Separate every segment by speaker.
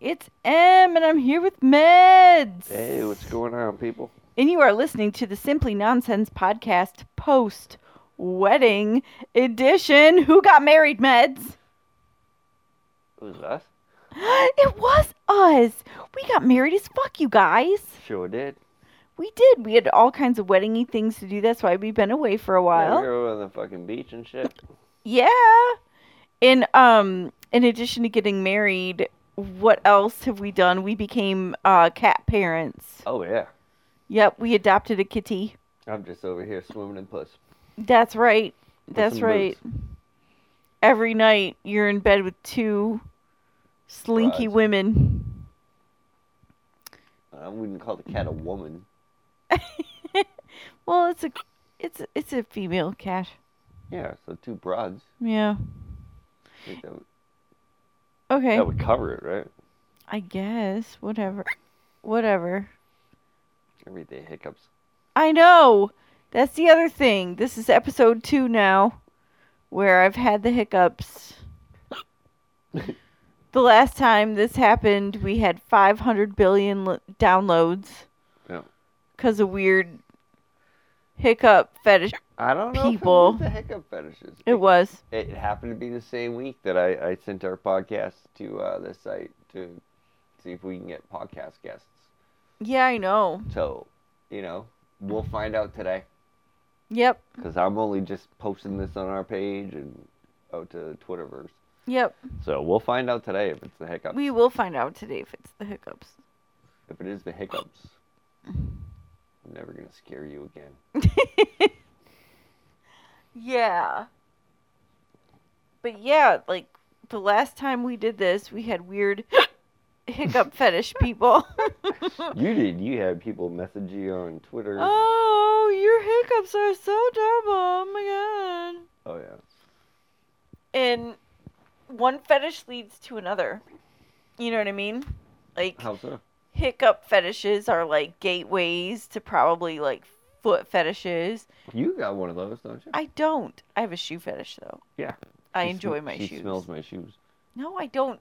Speaker 1: It's M, and I'm here with Meds.
Speaker 2: Hey, what's going on, people?
Speaker 1: And you are listening to the Simply Nonsense podcast post wedding edition. Who got married, Meds?
Speaker 2: It was us.
Speaker 1: It was us. We got married as fuck, you guys.
Speaker 2: Sure did.
Speaker 1: We did. We had all kinds of weddingy things to do. That's why we've been away for a
Speaker 2: Yeah,
Speaker 1: while.
Speaker 2: we were on the fucking beach and shit.
Speaker 1: Yeah. And um in addition to getting married, what else have we done? We became uh cat parents.
Speaker 2: Oh yeah.
Speaker 1: Yep, we adopted a kitty.
Speaker 2: I'm just over here swimming in puss.
Speaker 1: That's right. That's
Speaker 2: some
Speaker 1: right. Every night you're in bed with two slinky
Speaker 2: Right.
Speaker 1: women.
Speaker 2: I wouldn't Uh, call the cat a woman.
Speaker 1: Well, it's a it's it's a female cat.
Speaker 2: Yeah, so two broads.
Speaker 1: Yeah.
Speaker 2: I think That would,
Speaker 1: Okay.
Speaker 2: that would cover it, right?
Speaker 1: I guess whatever. Whatever.
Speaker 2: Everyday hiccups.
Speaker 1: I know. That's the other thing. This is episode two now, where I've had the hiccups. the last time this happened, we had 500 billion l- downloads.
Speaker 2: Yeah.
Speaker 1: Because of weird hiccup fetish.
Speaker 2: I don't know. if it was
Speaker 1: People.
Speaker 2: the hiccup fetishes.
Speaker 1: It was.
Speaker 2: It happened to be the same week that I, I sent our podcast to uh, this site to see if we can get podcast guests.
Speaker 1: Yeah, I know.
Speaker 2: So, you know, we'll find out today.
Speaker 1: Yep.
Speaker 2: because I'm only just posting this on our page and out to Twitterverse.
Speaker 1: Yep.
Speaker 2: So we'll find out today if it's the hiccups.
Speaker 1: We will find out today if it's the hiccups.
Speaker 2: if it is the hiccups, I'm never gonna scare you again.
Speaker 1: Yeah. But yeah, like the last time we did this, we had weird hiccup fetish people.
Speaker 2: You did. You had people message you on Twitter.
Speaker 1: oh, your hiccups are so terrible. Oh my god.
Speaker 2: oh yeah.
Speaker 1: And one fetish leads to another. You know what I mean? Like
Speaker 2: How so?
Speaker 1: hiccup fetishes are like gateways to probably like foot fetishes.
Speaker 2: You got one of those, don't you?
Speaker 1: I don't. I have a shoe fetish though.
Speaker 2: Yeah.
Speaker 1: I
Speaker 2: She
Speaker 1: enjoy
Speaker 2: sm-
Speaker 1: my
Speaker 2: she
Speaker 1: shoes.
Speaker 2: smells my shoes.
Speaker 1: No, I don't.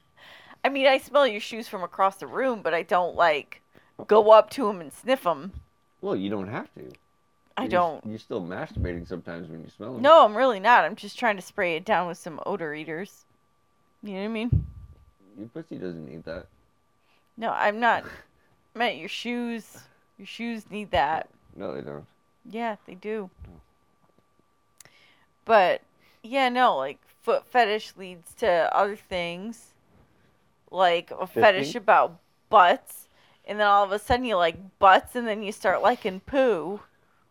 Speaker 1: I mean, I smell your shoes from across the room, but I don't like go up to them and sniff them.
Speaker 2: Well, you don't have to.
Speaker 1: I
Speaker 2: You're s-
Speaker 1: don't.
Speaker 2: You're still masturbating sometimes when you smell them.
Speaker 1: No, I'm really not. I'm just trying to spray it down with some odor eaters. You know what I mean?
Speaker 2: Your pussy doesn't need that.
Speaker 1: No, I'm not. I meant your shoes. Your shoes need that.
Speaker 2: No, they don't.
Speaker 1: Yeah, they do. But yeah, no, like foot fetish leads to other things, like a fetish
Speaker 2: Fishing?
Speaker 1: about butts, and then all of a sudden you like butts, and then you start liking poo,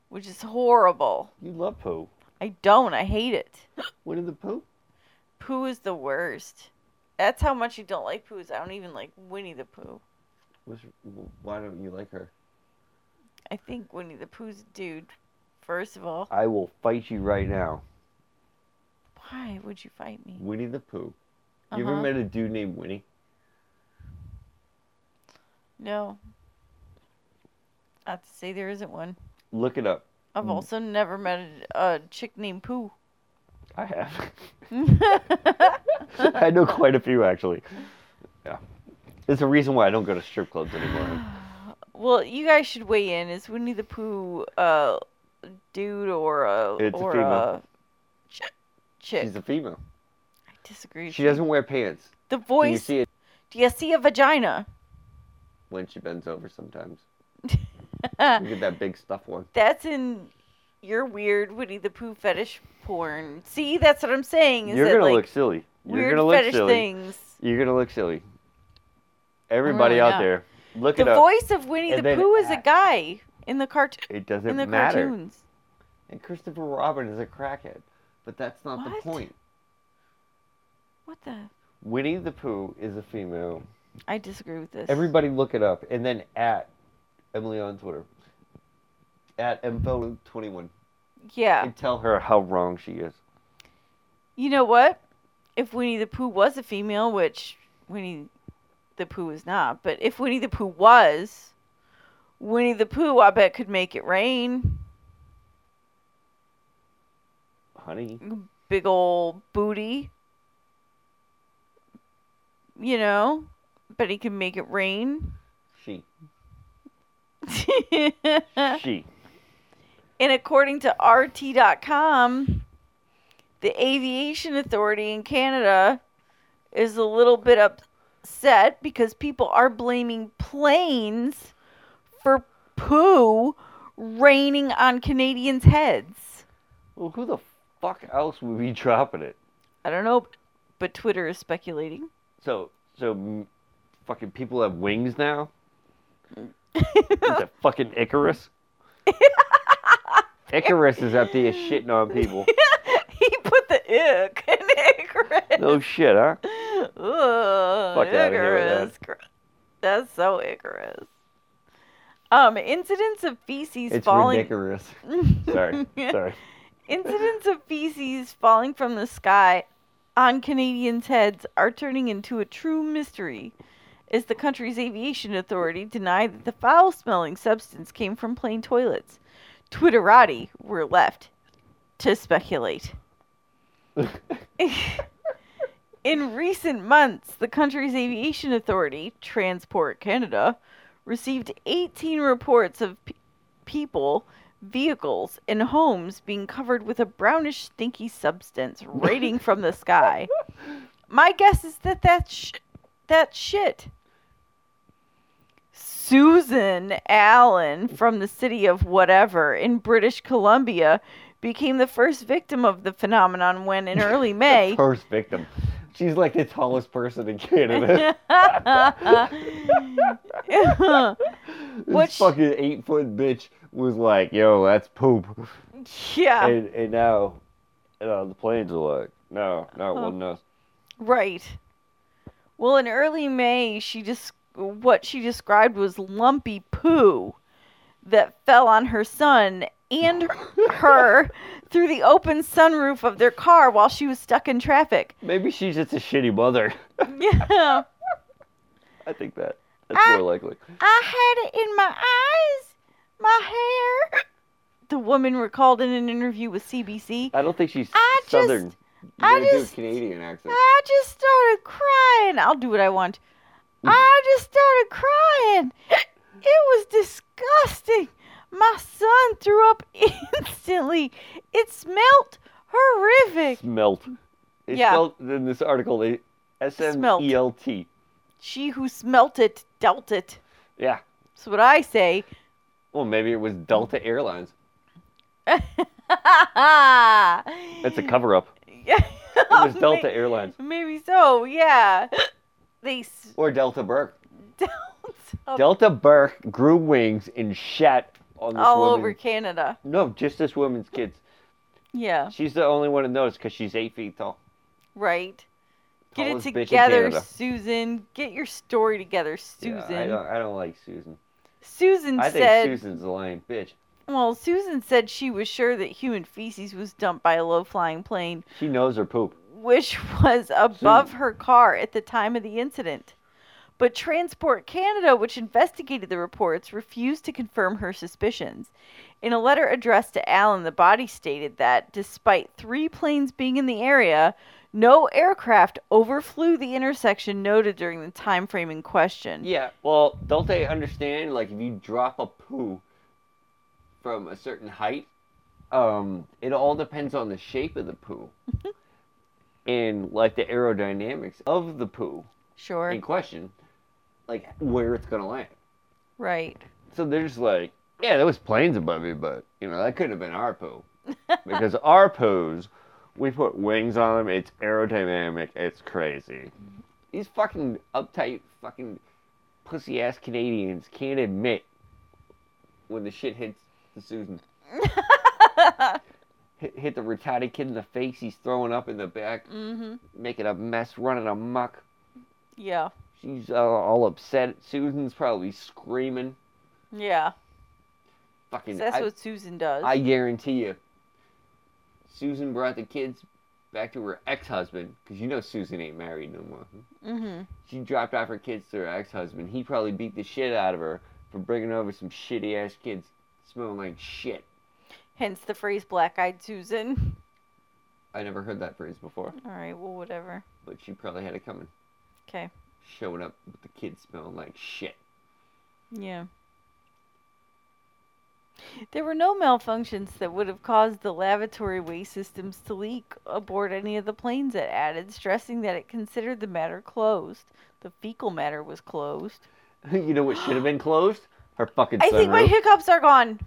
Speaker 1: which is horrible.
Speaker 2: You love poo.
Speaker 1: I don't. I hate it.
Speaker 2: What is the poo?
Speaker 1: Poo is the worst. That's how much you don't like poo. Is I don't even like Winnie the Pooh.
Speaker 2: What's, why don't you like her?
Speaker 1: I think Winnie the Pooh's a dude. First of all,
Speaker 2: I will fight you right now.
Speaker 1: why would you fight me?
Speaker 2: Winnie the Pooh. You ever
Speaker 1: Uh-huh.
Speaker 2: met a dude named Winnie?
Speaker 1: No. Not to say there isn't one.
Speaker 2: Look it up.
Speaker 1: I've
Speaker 2: Mm.
Speaker 1: also never met a, a chick named Pooh.
Speaker 2: I have. I know quite a few actually. Yeah. There's a reason why I don't go to strip clubs anymore.
Speaker 1: well, you guys should weigh in. Is Winnie the Pooh a dude or a
Speaker 2: It's a
Speaker 1: or
Speaker 2: female.
Speaker 1: ch- chick?
Speaker 2: She's a fememale.
Speaker 1: I disagree. with
Speaker 2: She
Speaker 1: you.
Speaker 2: doesn't wear pants.
Speaker 1: The
Speaker 2: Can you
Speaker 1: voice.
Speaker 2: see it
Speaker 1: Do you see a vagina?
Speaker 2: when she bends over sometimes?
Speaker 1: That's
Speaker 2: Look at that big stuff one.
Speaker 1: in your weird Winnie the Pooh fetish porn. See, that's what I'm saying. Is
Speaker 2: You're
Speaker 1: that,
Speaker 2: gonna
Speaker 1: like
Speaker 2: look silly. You're
Speaker 1: weird
Speaker 2: gonna look
Speaker 1: fetish
Speaker 2: silly.
Speaker 1: things?
Speaker 2: You're gonna look silly. Everybody
Speaker 1: really
Speaker 2: out
Speaker 1: not.
Speaker 2: there, look
Speaker 1: Oh The
Speaker 2: it up.
Speaker 1: voice of Winnie
Speaker 2: And
Speaker 1: the
Speaker 2: then
Speaker 1: Pooh is a
Speaker 2: act.
Speaker 1: guy in the cart
Speaker 2: it
Speaker 1: in
Speaker 2: doesn't
Speaker 1: the
Speaker 2: matter.
Speaker 1: cartoons.
Speaker 2: And Christopher Robin is a crackhead, but that's not the
Speaker 1: What?
Speaker 2: point.
Speaker 1: What the?
Speaker 2: Winnie the Pooh is a female.
Speaker 1: I disagree with this.
Speaker 2: Everybody look it up and then at Emily on Twitter. At mfo21
Speaker 1: Yeah.
Speaker 2: and tell her how wrong she is.
Speaker 1: You know what? If Winnie the Pooh was a female, which Winnie the Pooh is not, but if Winnie the Pooh was, Winnie the Pooh, I bet could make it rain.
Speaker 2: Honey,
Speaker 1: Big ol' booty. You know, but he can make it rain.
Speaker 2: She.
Speaker 1: and
Speaker 2: She.
Speaker 1: according to RT.com, the Aviation Authority in Canada is a little bit upset because people are blaming planes for poo raining on Canadians' heads.
Speaker 2: Well, who the fuck else would be dropping it?
Speaker 1: I don't know, but Twitter is speculating.
Speaker 2: So, so m- fucking people have wings now? Is it fucking Icarus? Icarus is up there shitting on people.
Speaker 1: he put the ick in Icarus.
Speaker 2: No shit, huh?
Speaker 1: Ugh,
Speaker 2: Fuck outta here with that.
Speaker 1: Icarus. Gr- That's so Icarus. Um, incidents of feces
Speaker 2: it's
Speaker 1: falling.
Speaker 2: ridiculous. Sorry, sorry.
Speaker 1: Incidents of feces falling from the sky on Canadians' heads are turning into a true mystery, as the country's aviation authority denied that the foul-smelling substance came from plane toilets. Twitterati were left to speculate. In recent months, the country's aviation authority, Transport Canada, received 18 reports of pe- people, vehicles, and homes being covered with a brownish, stinky substance raining from the sky. My guess is that that's sh- that shit. Susan Allen from the city of whatever in British Columbia became the first victim of the phenomenon when in early May
Speaker 2: First victim. She's like the tallest person in Canada. this
Speaker 1: What sh-
Speaker 2: fucking eight foot bitch was like, yo, that's poop.
Speaker 1: yeah,
Speaker 2: And, and now uh, the planes are like, no, no, it
Speaker 1: Huh.
Speaker 2: wasn't us.
Speaker 1: right. Well, in early May, she just what she described was lumpy poo that fell on her son and her through the open sunroof of their car while she was stuck in traffic.
Speaker 2: Maybe she's just a shitty mother.
Speaker 1: Yeah.
Speaker 2: I think that. That's more likely.
Speaker 1: I had it in my eyes, my hair. The woman recalled in an interview with CBC.
Speaker 2: I don't think she's
Speaker 1: I just-
Speaker 2: southern.
Speaker 1: I
Speaker 2: Maybe do a
Speaker 1: just-
Speaker 2: Canadian accent.
Speaker 1: I just started crying. I'll do what I want. I just started crying. It was disgusting. My son threw up instantly. It smelt horrific.
Speaker 2: Smelt. It's
Speaker 1: Yeah.
Speaker 2: spelled in this article. They S M E L T.
Speaker 1: She who smelt it dealt it.
Speaker 2: Yeah.
Speaker 1: That's what I say.
Speaker 2: Well, maybe it was Delta Airlines. It's
Speaker 1: That's
Speaker 2: a cover up.
Speaker 1: Yeah.
Speaker 2: It
Speaker 1: Oh,
Speaker 2: was Delta Airlines
Speaker 1: Maybe so. Yeah. They s-
Speaker 2: or Delta Burke.
Speaker 1: dealt
Speaker 2: Delta Burke grew wings and shat on this
Speaker 1: all
Speaker 2: woman.
Speaker 1: over Canada.
Speaker 2: No, just this woman's kids.
Speaker 1: Yeah.
Speaker 2: She's the only one who knows because she's eight feet tall.
Speaker 1: Right. Get it
Speaker 2: Tallest bitch in
Speaker 1: together,
Speaker 2: Canada.
Speaker 1: Susan. Get your story together,
Speaker 2: Yeah,
Speaker 1: Susan.
Speaker 2: I don't. I don't like Susan.
Speaker 1: Susan
Speaker 2: I think
Speaker 1: said,
Speaker 2: Susan's a lying bitch.
Speaker 1: well, Susan said she was sure that human feces was dumped by a low flying plane,
Speaker 2: She knows her poop.
Speaker 1: which was above her car at the time of the incident. But Transport Canada, which investigated the reports, refused to confirm her suspicions. In a letter addressed to Allen, the body stated that despite three planes being in the area, no aircraft overflew the intersection noted during the time frame in question.
Speaker 2: Yeah, well, don't they understand? Like, if you drop a poo from a certain height, um, it all depends on the shape of the poo and like the aerodynamics of the poo
Speaker 1: Sure.
Speaker 2: in question, like where it's gonna land.
Speaker 1: Right.
Speaker 2: So they're just like, yeah, there was planes above me, but you know that couldn't have been our poo because our poos, we put wings on them. It's aerodynamic. It's crazy. These fucking uptight fucking pussy ass Canadians can't admit when the shit hits the Susan. Hit, hit the retarded kid in the face. He's throwing up in the back,
Speaker 1: hmm
Speaker 2: making a mess, running amok.
Speaker 1: Yeah.
Speaker 2: She's uh, all upset. Susan's probably screaming.
Speaker 1: Yeah. 'Cause
Speaker 2: Fucking.
Speaker 1: That's
Speaker 2: I-
Speaker 1: what Susan does.
Speaker 2: I guarantee you, Susan brought the kids back to her ex-husband because you know Susan ain't married no more.
Speaker 1: hmm
Speaker 2: She dropped off her kids to her ex-husband. He probably beat the shit out of her for bringing over some shitty-ass kids smelling like shit.
Speaker 1: Hence the phrase black eyed Susan.
Speaker 2: I never heard that phrase before,
Speaker 1: All right. Well, whatever.
Speaker 2: but she probably had it coming.
Speaker 1: Okay.
Speaker 2: showed up with the kids smelling like shit.
Speaker 1: Yeah. There were no malfunctions that would have caused the lavatory waste systems to leak aboard any of the planes, it added, stressing that it considered the matter closed. The fecal matter was closed.
Speaker 2: you know what should have been closed? Her fucking
Speaker 1: I think my
Speaker 2: sunroof.
Speaker 1: hiccups are gone.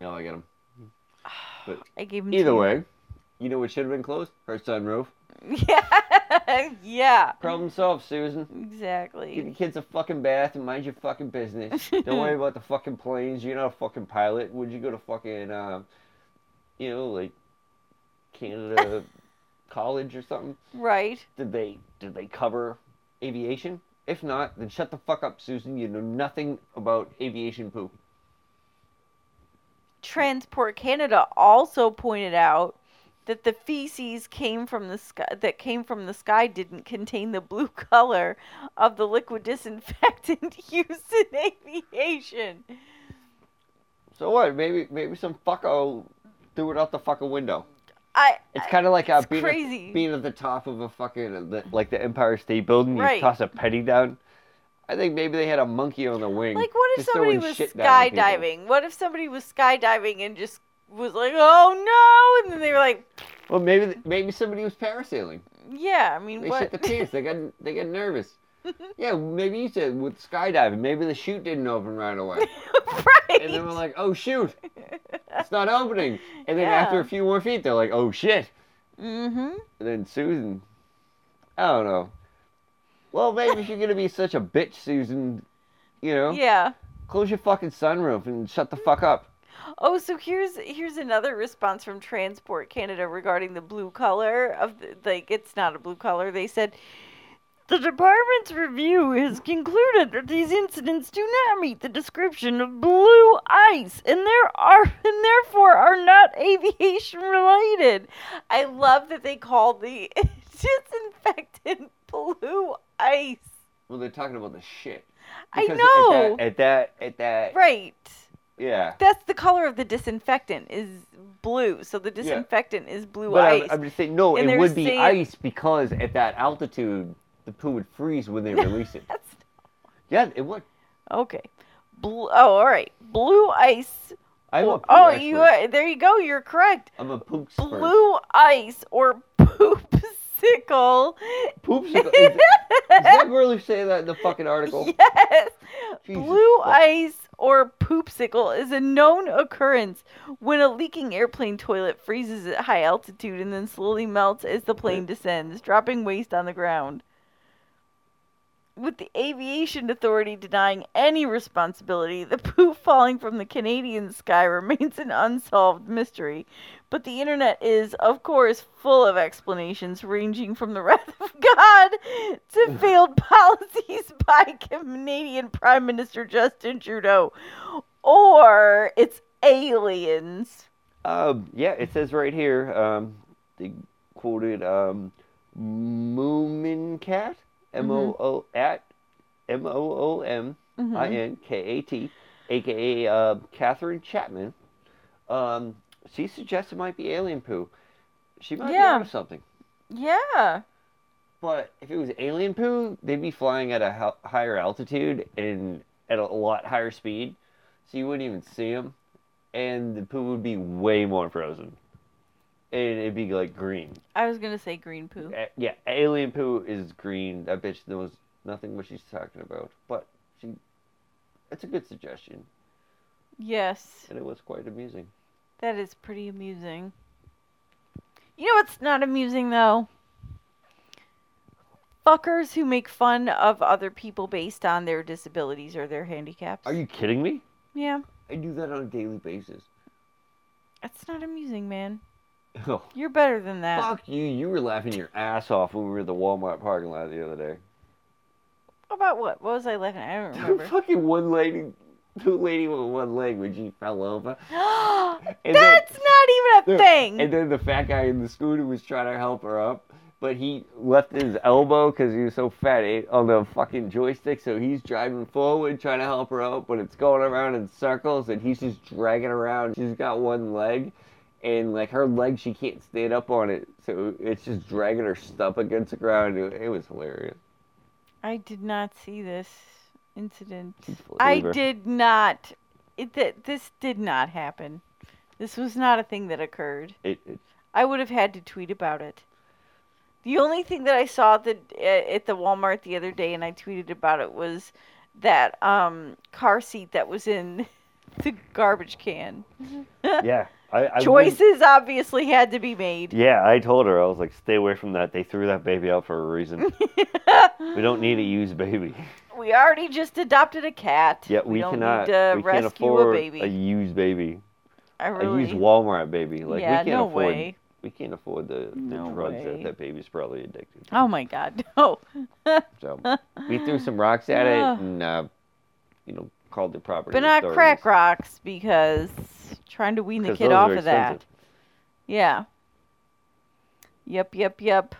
Speaker 2: No, I got him.
Speaker 1: I gave him
Speaker 2: Either
Speaker 1: two.
Speaker 2: way, you know what should have been closed? Her sunroof.
Speaker 1: Yeah. yeah.
Speaker 2: Problem solved, Susan. Give
Speaker 1: Exactly.
Speaker 2: the kids a fucking bath and mind your fucking business. Don't worry about the fucking planes. You're not a fucking pilot. Would you go to fucking, um, you know, like Canada college or something?
Speaker 1: Right.
Speaker 2: Did they did they cover aviation? If not, then shut the fuck up, Susan. You know nothing about aviation poop.
Speaker 1: Transport Canada also pointed out that the feces came from the sky that came from the sky didn't contain the blue color of the liquid disinfectant used in aviation.
Speaker 2: So what? Maybe maybe some fucko threw it out the fucking window.
Speaker 1: I
Speaker 2: It's kind of like uh,
Speaker 1: It's
Speaker 2: being,
Speaker 1: crazy.
Speaker 2: At, being at the top of a fucking uh, the- like the Empire State Building. You
Speaker 1: Right.
Speaker 2: toss a penny down. I think maybe they had a monkey on the wing.
Speaker 1: like what if
Speaker 2: just
Speaker 1: somebody
Speaker 2: throwing
Speaker 1: was
Speaker 2: shit down on people.
Speaker 1: skydiving? What if somebody was skydiving and just was like, "Oh no!" and then they were like,
Speaker 2: Well, maybe th- maybe somebody was parasailing.
Speaker 1: "Yeah, I mean,
Speaker 2: They
Speaker 1: what?"
Speaker 2: shit the pants. They got they got nervous. yeah, maybe you said with skydiving, maybe the chute didn't open right away,
Speaker 1: right.
Speaker 2: and then we're like, oh shoot, it's not opening. And then
Speaker 1: Yeah.
Speaker 2: after a few more feet, they're like, oh shit.
Speaker 1: mm-hmm.
Speaker 2: And then Susan, I don't know. Well, maybe if you're gonna be such a bitch, Susan, you know,
Speaker 1: Yeah.
Speaker 2: close your fucking sunroof and shut the fuck up.
Speaker 1: Oh, so here's here's another response from Transport Canada regarding the blue color of the, like it's not a blue color. They said the department's review has concluded that these incidents do not meet the description of blue ice and there are and therefore are not aviation related. I love that they call the disinfectant blue ice.
Speaker 2: Well, they're talking about the shit.
Speaker 1: I
Speaker 2: Because
Speaker 1: know.
Speaker 2: At that, at that, at that
Speaker 1: Right.
Speaker 2: yeah.
Speaker 1: That's the color of the disinfectant is blue. So the disinfectant is blue
Speaker 2: But I'm,
Speaker 1: ice.
Speaker 2: I'm just saying, no,
Speaker 1: And
Speaker 2: it
Speaker 1: they're
Speaker 2: would be
Speaker 1: saying-
Speaker 2: ice because at that altitude, the poo would freeze when they release it.
Speaker 1: That's
Speaker 2: Yeah, it would.
Speaker 1: okay. Blue. Oh, all right. Blue ice.
Speaker 2: I'm a
Speaker 1: or-
Speaker 2: poo
Speaker 1: oh,
Speaker 2: expert.
Speaker 1: you are, there you go. You're correct.
Speaker 2: I'm a poop expert.
Speaker 1: Blue ice or poopsicle.
Speaker 2: Poop sickle. Is, is that really say that in the fucking article?
Speaker 1: Yes.
Speaker 2: Jesus
Speaker 1: Blue
Speaker 2: fuck.
Speaker 1: ice or poopsicle is a known occurrence when a leaking airplane toilet freezes at high altitude and then slowly melts as the plane descends, dropping waste on the ground. With the aviation authority denying any responsibility, the poop falling from the Canadian sky remains an unsolved mystery. But the internet is, of course, full of explanations ranging from the wrath of God to failed policies by Canadian Prime Minister Justin Trudeau, or it's aliens.
Speaker 2: Um, yeah, it says right here. Um, they quoted um, Moomin Cat, M O O
Speaker 1: Mm-hmm.
Speaker 2: at M O O M I N K A T, aka uh, Catherine Chapman. Um, she suggests it might be alien poo. She might
Speaker 1: Yeah.
Speaker 2: be onto something.
Speaker 1: Yeah.
Speaker 2: But if it was alien poo, they'd be flying at a hel- higher altitude and at a lot higher speed, so you wouldn't even see them, and the poo would be way more frozen, and it'd be like green.
Speaker 1: I was gonna say green poo.
Speaker 2: A- yeah, alien poo is green. That bitch knows nothing what she's talking about, but she, it's a good suggestion,
Speaker 1: Yes,
Speaker 2: and it was quite amusing.
Speaker 1: that is pretty amusing. You know what's not amusing though? Fuckers who make fun of other people based on their disabilities or their handicaps.
Speaker 2: Are you kidding me?
Speaker 1: Yeah,
Speaker 2: I do that on a daily basis.
Speaker 1: that's not amusing, man.
Speaker 2: Oh,
Speaker 1: You're better than that.
Speaker 2: fuck you! You were laughing your ass off when we were at the Walmart parking lot the other day.
Speaker 1: About what? What was I laughing at? I don't remember.
Speaker 2: fucking one lady, two lady with one leg when she fell over. And
Speaker 1: That's not even a
Speaker 2: then,
Speaker 1: thing.
Speaker 2: And then the fat guy in the scooter was trying to help her up, but he left his elbow because he was so fat it, on the fucking joystick. So he's driving forward trying to help her up, but it's going around in circles, and he's just dragging around. She's got one leg. and like her leg, she can't stand up on it, so it's just dragging her stump against the ground. It, it was hilarious.
Speaker 1: I did not see this incident.
Speaker 2: Believe
Speaker 1: I
Speaker 2: her.
Speaker 1: did not. It, th- this did not happen. This was not a thing that occurred.
Speaker 2: It, it,
Speaker 1: I would have had to tweet about it. The only thing that I saw at the, at the Walmart the other day, and I tweeted about it, was that um, car seat that was in the garbage can.
Speaker 2: yeah, I, I wouldn't-
Speaker 1: Choices obviously had to be made.
Speaker 2: Yeah, I told her I was like, stay away from that. They threw that baby out for a reason. we don't need a used baby.
Speaker 1: We already just adopted a cat.
Speaker 2: Yeah, we,
Speaker 1: don't
Speaker 2: cannot.
Speaker 1: need to
Speaker 2: we can't
Speaker 1: rescue
Speaker 2: afford
Speaker 1: a baby.
Speaker 2: used baby.
Speaker 1: I really.
Speaker 2: A used Walmart baby. Like
Speaker 1: yeah,
Speaker 2: we can't
Speaker 1: no
Speaker 2: afford.
Speaker 1: way.
Speaker 2: We can't afford the, the
Speaker 1: No
Speaker 2: drugs
Speaker 1: way.
Speaker 2: that that baby's probably addicted. to.
Speaker 1: Oh my God, no.
Speaker 2: So we threw some rocks
Speaker 1: Ugh.
Speaker 2: at it and uh, you know called the property.
Speaker 1: but not
Speaker 2: authorities.
Speaker 1: crack rocks because trying to wean the
Speaker 2: 'Cause
Speaker 1: kid
Speaker 2: those
Speaker 1: off
Speaker 2: are
Speaker 1: of that.
Speaker 2: expensive.
Speaker 1: Yeah. Yep, yep, yep.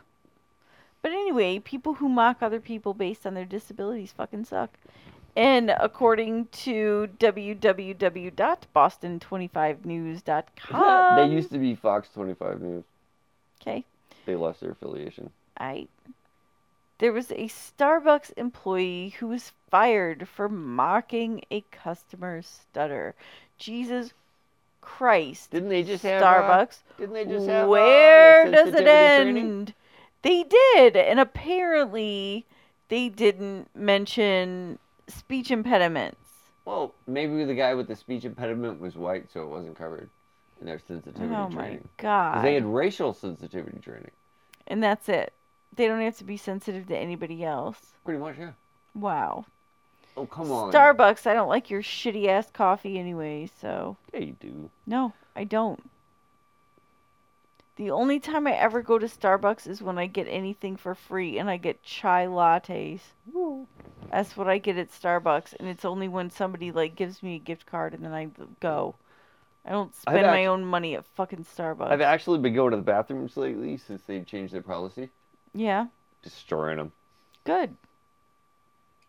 Speaker 1: But anyway, people who mock other people based on their disabilities fucking suck. And according to www.boston25news.com, Um,
Speaker 2: they used to be Fox 25 News.
Speaker 1: okay.
Speaker 2: They lost their affiliation.
Speaker 1: I there was a Starbucks employee who was fired for mocking a customer's stutter. Jesus Christ.
Speaker 2: Didn't they just have uh,
Speaker 1: Starbucks?
Speaker 2: didn't they just have uh,
Speaker 1: Where
Speaker 2: the
Speaker 1: does it
Speaker 2: sensitivity
Speaker 1: end?
Speaker 2: training?
Speaker 1: They did, and apparently they didn't mention speech impediments.
Speaker 2: Well, maybe the guy with the speech impediment was white, so it wasn't covered in their sensitivity
Speaker 1: oh my
Speaker 2: training. 'Cause
Speaker 1: god.
Speaker 2: They had racial sensitivity training.
Speaker 1: And that's it. They don't have to be sensitive to anybody else.
Speaker 2: Pretty much, yeah.
Speaker 1: Wow.
Speaker 2: Oh, come on.
Speaker 1: Starbucks, I don't like your shitty ass coffee anyway, so
Speaker 2: Yeah, you do.
Speaker 1: No, I don't. The only time I ever go to Starbucks is when I get anything for free and I get chai lattes. That's what I get at Starbucks and it's only when somebody like gives me a gift card and then I go. I don't
Speaker 2: I've
Speaker 1: spend my
Speaker 2: act-
Speaker 1: own money at fucking Starbucks.
Speaker 2: I've actually been going to the bathrooms lately since they've changed their policy,
Speaker 1: yeah,
Speaker 2: destroying them.
Speaker 1: good.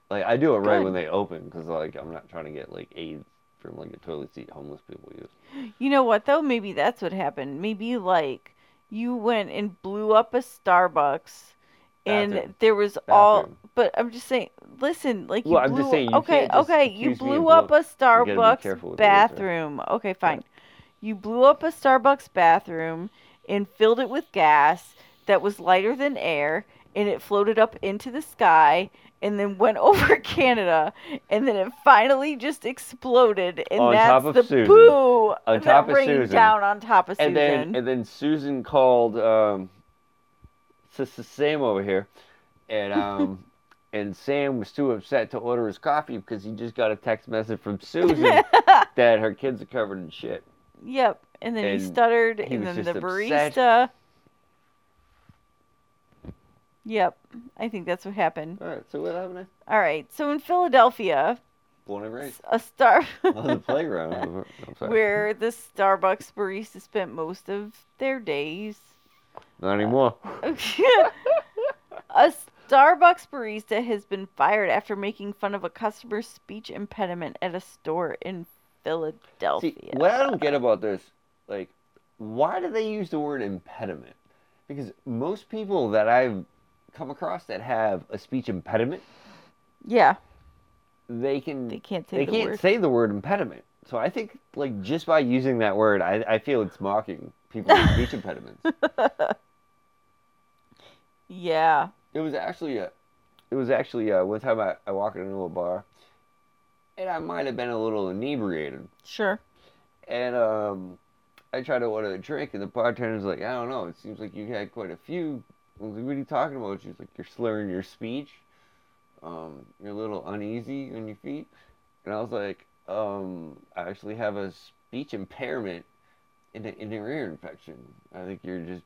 Speaker 2: Like I do it right
Speaker 1: Good.
Speaker 2: when they open, because like I'm not trying to get like AIDS from like a toilet seat homeless people use.
Speaker 1: You know what though? Maybe that's what happened. Maybe like you went and blew up a Starbucks and
Speaker 2: Bathroom.
Speaker 1: there was all
Speaker 2: Bathroom.
Speaker 1: But I'm just saying, listen, like you
Speaker 2: Well, I'm
Speaker 1: blew,
Speaker 2: just saying you
Speaker 1: okay,
Speaker 2: can't just
Speaker 1: okay, you
Speaker 2: accuse me of
Speaker 1: blew
Speaker 2: blow-
Speaker 1: up a
Speaker 2: gotta be careful
Speaker 1: Starbucks
Speaker 2: with words, right?
Speaker 1: bathroom. Okay, fine. You blew up a Starbucks bathroom and filled it with gas that was lighter than air and it floated up into the sky and then went over Canada and then it finally just exploded and
Speaker 2: On
Speaker 1: that's
Speaker 2: top of
Speaker 1: the
Speaker 2: Susan.
Speaker 1: boo
Speaker 2: On
Speaker 1: that
Speaker 2: top of
Speaker 1: rained
Speaker 2: Susan.
Speaker 1: down on top of Susan.
Speaker 2: And then and then Susan called um S- S- Sam over here and um and Sam was too upset to order his coffee because he just got a text message from Susan that her kids are covered in shit.
Speaker 1: Yep. And then
Speaker 2: And
Speaker 1: he stuttered,
Speaker 2: he
Speaker 1: and then
Speaker 2: was
Speaker 1: the
Speaker 2: just upset.
Speaker 1: barista. Yep. I think that's what happened.
Speaker 2: All right, so what happened?
Speaker 1: All right. So in Philadelphia,
Speaker 2: Blown every
Speaker 1: s- a star
Speaker 2: on the playground. I'm sorry.
Speaker 1: where the Starbucks barista spent most of their days.
Speaker 2: Not anymore.
Speaker 1: a Starbucks barista has been fired after making fun of a customer's speech impediment at a store in Philadelphia.
Speaker 2: See, what I don't get about this, like, why do they use the word impediment? Because most people that I've come across that have a speech impediment,
Speaker 1: yeah,
Speaker 2: they can
Speaker 1: they can't say
Speaker 2: they
Speaker 1: the
Speaker 2: can't
Speaker 1: word.
Speaker 2: say the word impediment. So I think like just by using that word, I, I feel it's mocking people with speech impediments.
Speaker 1: yeah.
Speaker 2: It was actually a, it was actually uh one time I, I walked into a bar, and I might have been a little inebriated,
Speaker 1: Sure.
Speaker 2: and um, I tried to order a drink, and the bartender's like, I don't know, it seems like you had quite a few. I was like, what are you talking about? She's like, you're slurring your speech. Um, you're a little uneasy on your feet. And I was like, um, I actually have a speech impairment and an, and an ear infection. I think you're just,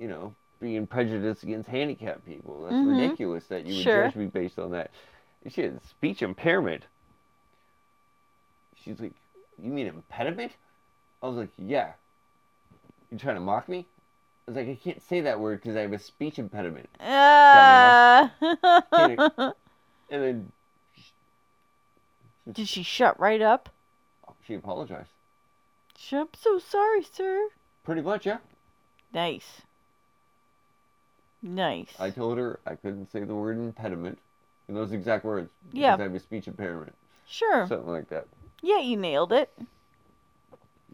Speaker 2: you know, being prejudiced against handicapped people. That's
Speaker 1: Mhm.
Speaker 2: ridiculous that you would
Speaker 1: Sure.
Speaker 2: judge me based on that. And she had speech impairment. She's like, you mean impediment? I was like, yeah. You trying to mock me? I was like, I can't say that word because I have a speech impediment.
Speaker 1: Uh,
Speaker 2: Dumbass. And then
Speaker 1: did she shut right up?
Speaker 2: she apologized.
Speaker 1: She- I'm so sorry, sir.
Speaker 2: Pretty much, yeah.
Speaker 1: Nice. Nice.
Speaker 2: I told her I couldn't say the word impediment in those exact words.
Speaker 1: Yeah.
Speaker 2: Because I have a speech impairment.
Speaker 1: sure.
Speaker 2: Something like that.
Speaker 1: yeah, you nailed it.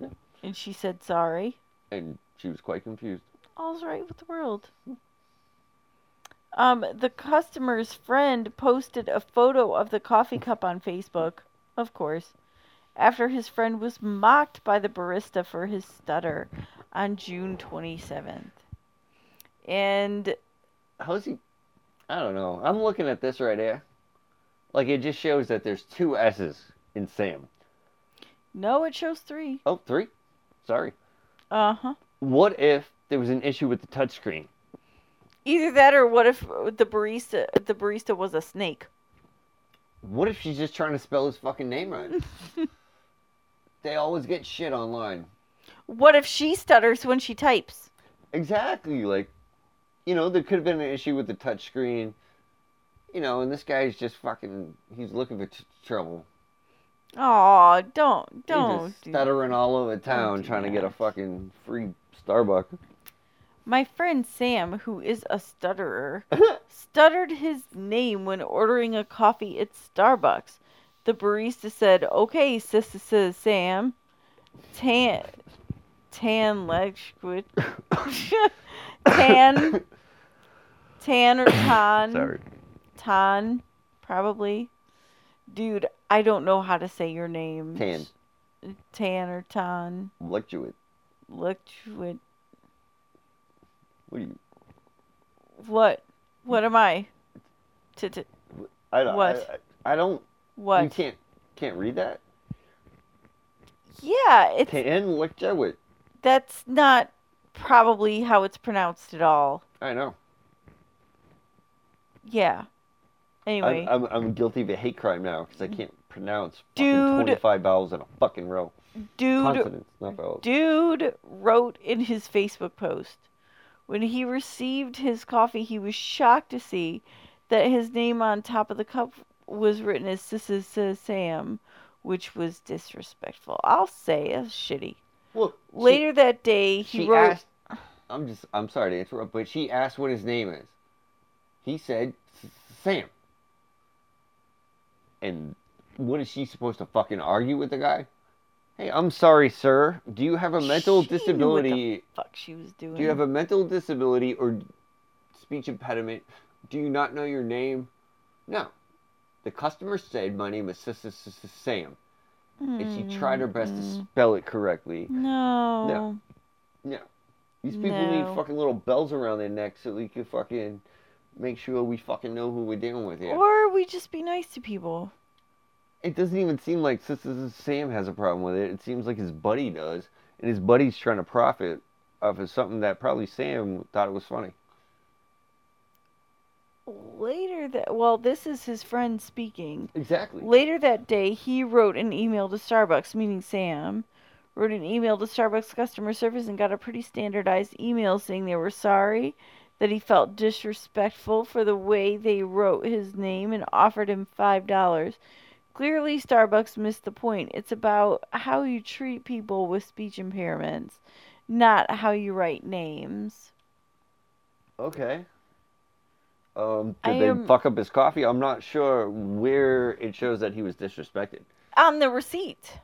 Speaker 2: Yeah.
Speaker 1: And she said sorry.
Speaker 2: And she was quite confused.
Speaker 1: All's right with the world. Um, the customer's friend posted a photo of the coffee cup on Facebook, of course, after his friend was mocked by the barista for his stutter on June 27th. And
Speaker 2: How's he? I don't know. I'm looking at this right here. Like, it just shows that there's two S's in Sam.
Speaker 1: no, it shows three.
Speaker 2: Oh, three? Sorry.
Speaker 1: Uh huh.
Speaker 2: What if there was an issue with the touchscreen?
Speaker 1: Either that, or what if the barista the barista was a snake?
Speaker 2: What if she's just trying to spell his fucking name right? they always get shit online.
Speaker 1: What if she stutters when she types?
Speaker 2: Exactly. Like, you know, there could have been an issue with the touchscreen. You know, and this guy's just fucking. He's looking for t- trouble.
Speaker 1: Aw, don't
Speaker 2: He's
Speaker 1: don't.
Speaker 2: just
Speaker 1: do that.
Speaker 2: stuttering all over town
Speaker 1: do
Speaker 2: trying to get a
Speaker 1: that.
Speaker 2: fucking free Starbucks.
Speaker 1: My friend Sam, who is a stutterer, stuttered his name when ordering a coffee at Starbucks. The barista said, "Okay, sis, sis, sis, Sam, tan, tan leg squid, tan, tan or tan,
Speaker 2: Sorry.
Speaker 1: tan, probably. Dude, I don't know how to say your name.
Speaker 2: Tan.
Speaker 1: Tan or tan,
Speaker 2: Looked you it.
Speaker 1: look what,
Speaker 2: What are you?
Speaker 1: what, what am I? T- t-
Speaker 2: I don't.
Speaker 1: What?
Speaker 2: I, I don't. You
Speaker 1: What?
Speaker 2: can't. Can't read that.
Speaker 1: Yeah, it's
Speaker 2: Tan looked you it.
Speaker 1: that's not probably how it's pronounced at all.
Speaker 2: I know.
Speaker 1: Yeah. Anyway,
Speaker 2: I'm, I'm, I'm guilty of a hate crime now because I can't pronounce
Speaker 1: Dude.
Speaker 2: fucking 25 vowels in a fucking row.
Speaker 1: dude,
Speaker 2: Consonants, not vowels.
Speaker 1: dude wrote in his Facebook post when he received his coffee, he was shocked to see that his name on top of the cup was written as Sissa Sam, which was disrespectful. I'll say that's shitty.
Speaker 2: Well, she-
Speaker 1: Later that day, he
Speaker 2: she
Speaker 1: wrote.
Speaker 2: asked. I'm just. I'm sorry to interrupt, but she asked what his name is. He said "S- Sam. And what is she supposed to fucking argue with the guy? Hey, I'm sorry, sir. Do you have a mental
Speaker 1: She knew what the
Speaker 2: disability?
Speaker 1: fuck she was doing.
Speaker 2: Do you have a mental disability or speech impediment? Do you not know your name? No. The customer said, My name is Sis- Sis- Sis- Sam. And she tried her best to
Speaker 1: Mm-mm.
Speaker 2: spell it correctly.
Speaker 1: Hmm. No.
Speaker 2: No. These people
Speaker 1: No.
Speaker 2: need fucking little bells around their necks so we can fucking make sure we fucking know who we're dealing with here.
Speaker 1: Or we just be nice to people.
Speaker 2: It doesn't even seem like Sis- Sis- Sis- Sam has a problem with it. It seems like his buddy does. And his buddy's trying to profit off of something that probably Sam thought it was funny.
Speaker 1: Later that well, this is his friend speaking.
Speaker 2: Exactly.
Speaker 1: Later that day, he wrote an email to Starbucks, meaning Sam, wrote an email to Starbucks customer service and got a pretty standardized email saying they were sorry that he felt disrespectful for the way they wrote his name and offered him five dollars. Clearly, Starbucks missed the point. It's about how you treat people with speech impairments, not how you write names.
Speaker 2: Okay. Um,
Speaker 1: I
Speaker 2: did they
Speaker 1: am-
Speaker 2: fuck up his coffee? I'm not sure where it shows that he was disrespected.
Speaker 1: on the receipt.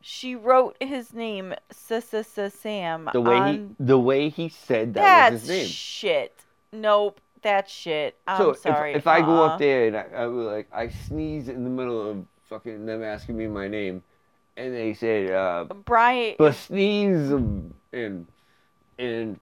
Speaker 1: She wrote his name, Sam.
Speaker 2: The way
Speaker 1: on...
Speaker 2: he, the way he said that
Speaker 1: Um, That's
Speaker 2: was his name.
Speaker 1: shit. Nope, that's shit. I'm
Speaker 2: so if-
Speaker 1: sorry.
Speaker 2: if, I go
Speaker 1: Uh-uh.
Speaker 2: up there and I, I was like I sneeze in the middle of fucking them asking me my name, and they say uh,
Speaker 1: Brian,
Speaker 2: but sneeze um, and and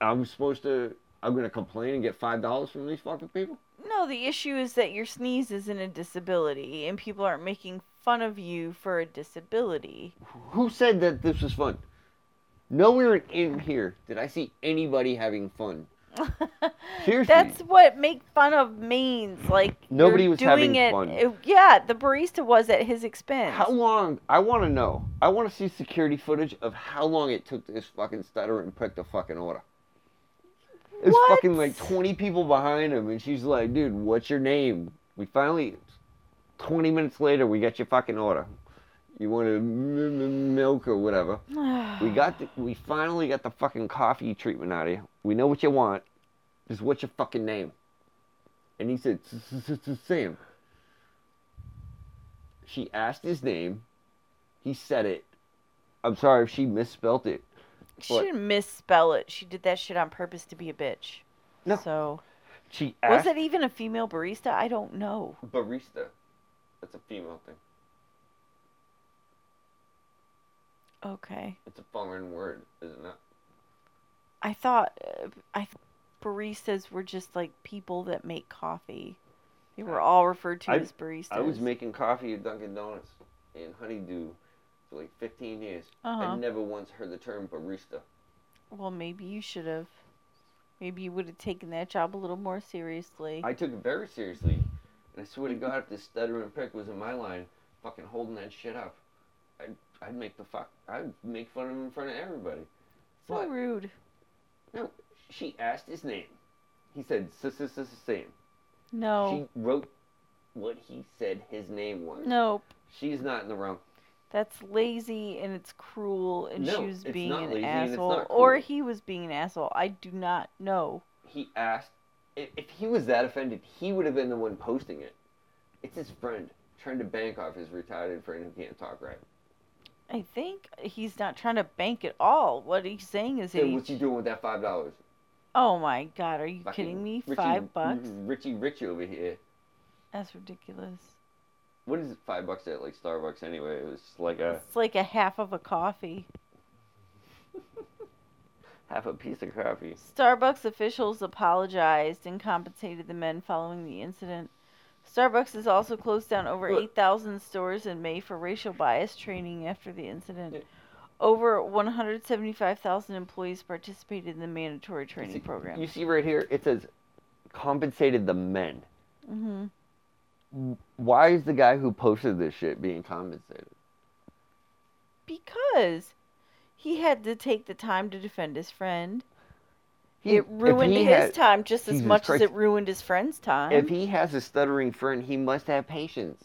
Speaker 2: I'm supposed to I'm gonna complain and get five dollars from these fucking people.
Speaker 1: no, the issue is that your sneeze isn't a disability, and people aren't making fun of you for a disability.
Speaker 2: Who said that this was fun? Nowhere in here did I see anybody having fun. Seriously.
Speaker 1: That's what make fun of means. Like
Speaker 2: Nobody
Speaker 1: you're
Speaker 2: was
Speaker 1: doing
Speaker 2: having
Speaker 1: it,
Speaker 2: fun.
Speaker 1: it- Yeah, the barista was at his expense.
Speaker 2: How long? I want to know. I want to see security footage of how long it took this fucking stutter and prick the fucking order. It's
Speaker 1: What?
Speaker 2: fucking like 20 people behind him, and she's like, dude, what's your name? We finally, 20 minutes later, we got your fucking order. You want to m- m- milk or whatever. We got the, we finally got the fucking coffee treatment out of you. We know what you want. Just what's your fucking name? And he said, "S- s- s- Sam. She asked his name. He said it. I'm sorry if she misspelt it.
Speaker 1: She
Speaker 2: What?
Speaker 1: didn't misspell it. She did that shit on purpose to be a bitch.
Speaker 2: No.
Speaker 1: So
Speaker 2: She
Speaker 1: was
Speaker 2: asked
Speaker 1: it even a female barista? I don't know.
Speaker 2: barista. That's a female thing.
Speaker 1: Okay.
Speaker 2: It's a foreign word, is it not?
Speaker 1: I thought uh, I th- baristas were just like people that make coffee. They were all referred to
Speaker 2: I-
Speaker 1: as baristas.
Speaker 2: I was making coffee at Dunkin' Donuts in Honeydew for like 15 years.
Speaker 1: Uh-huh.
Speaker 2: I never once heard the term barista.
Speaker 1: Well, maybe you should have. Maybe you would have taken that job a little more seriously.
Speaker 2: I took it very seriously. And I swear to God, if this stuttering prick was in my line, fucking holding that shit up, I'd, I'd make the fuck, I'd make fun of him in front of everybody.
Speaker 1: so
Speaker 2: what?
Speaker 1: rude.
Speaker 2: No, she asked his name. He said, "S- s- s- Sam.
Speaker 1: No.
Speaker 2: She wrote what he said his name was.
Speaker 1: Nope.
Speaker 2: She's not in the wrong.
Speaker 1: That's lazy and it's cruel and
Speaker 2: No,
Speaker 1: she was
Speaker 2: it's
Speaker 1: being
Speaker 2: not
Speaker 1: an
Speaker 2: lazy and it's
Speaker 1: asshole.
Speaker 2: not
Speaker 1: Or
Speaker 2: cruel.
Speaker 1: he was being an asshole. I do not know.
Speaker 2: He asked, if, if he was that offended, he would have been the one posting it. It's his friend trying to bank off his retarded friend who can't talk right.
Speaker 1: I think he's not trying to bank at all. What he's saying is
Speaker 2: Then
Speaker 1: he.
Speaker 2: what's he doing with that five dollars?
Speaker 1: Oh my god, are you
Speaker 2: Fucking
Speaker 1: kidding me?
Speaker 2: Richie- Mm-hmm,
Speaker 1: Five bucks?
Speaker 2: Richie Rich over here.
Speaker 1: That's ridiculous.
Speaker 2: What is it, five bucks at like Starbucks anyway? It was like a
Speaker 1: It's like a half of a coffee.
Speaker 2: half a piece of coffee.
Speaker 1: Starbucks officials apologized and compensated the men following the incident. Starbucks has also closed down over
Speaker 2: Look.
Speaker 1: 8,000 stores in May for racial bias training after the incident.
Speaker 2: Yeah.
Speaker 1: Over 175,000 employees participated in the mandatory training
Speaker 2: See-
Speaker 1: program.
Speaker 2: You see right here, it says compensated the men.
Speaker 1: hmm
Speaker 2: Why is the guy who posted this shit being compensated?
Speaker 1: Because he had to take the time to defend his friend.
Speaker 2: He-
Speaker 1: it
Speaker 2: Hmm. if
Speaker 1: ruined
Speaker 2: he
Speaker 1: his
Speaker 2: had-
Speaker 1: time just as
Speaker 2: Jesus
Speaker 1: much
Speaker 2: Christ.
Speaker 1: as it ruined his friend's time.
Speaker 2: If he has a stuttering friend, he must have patience.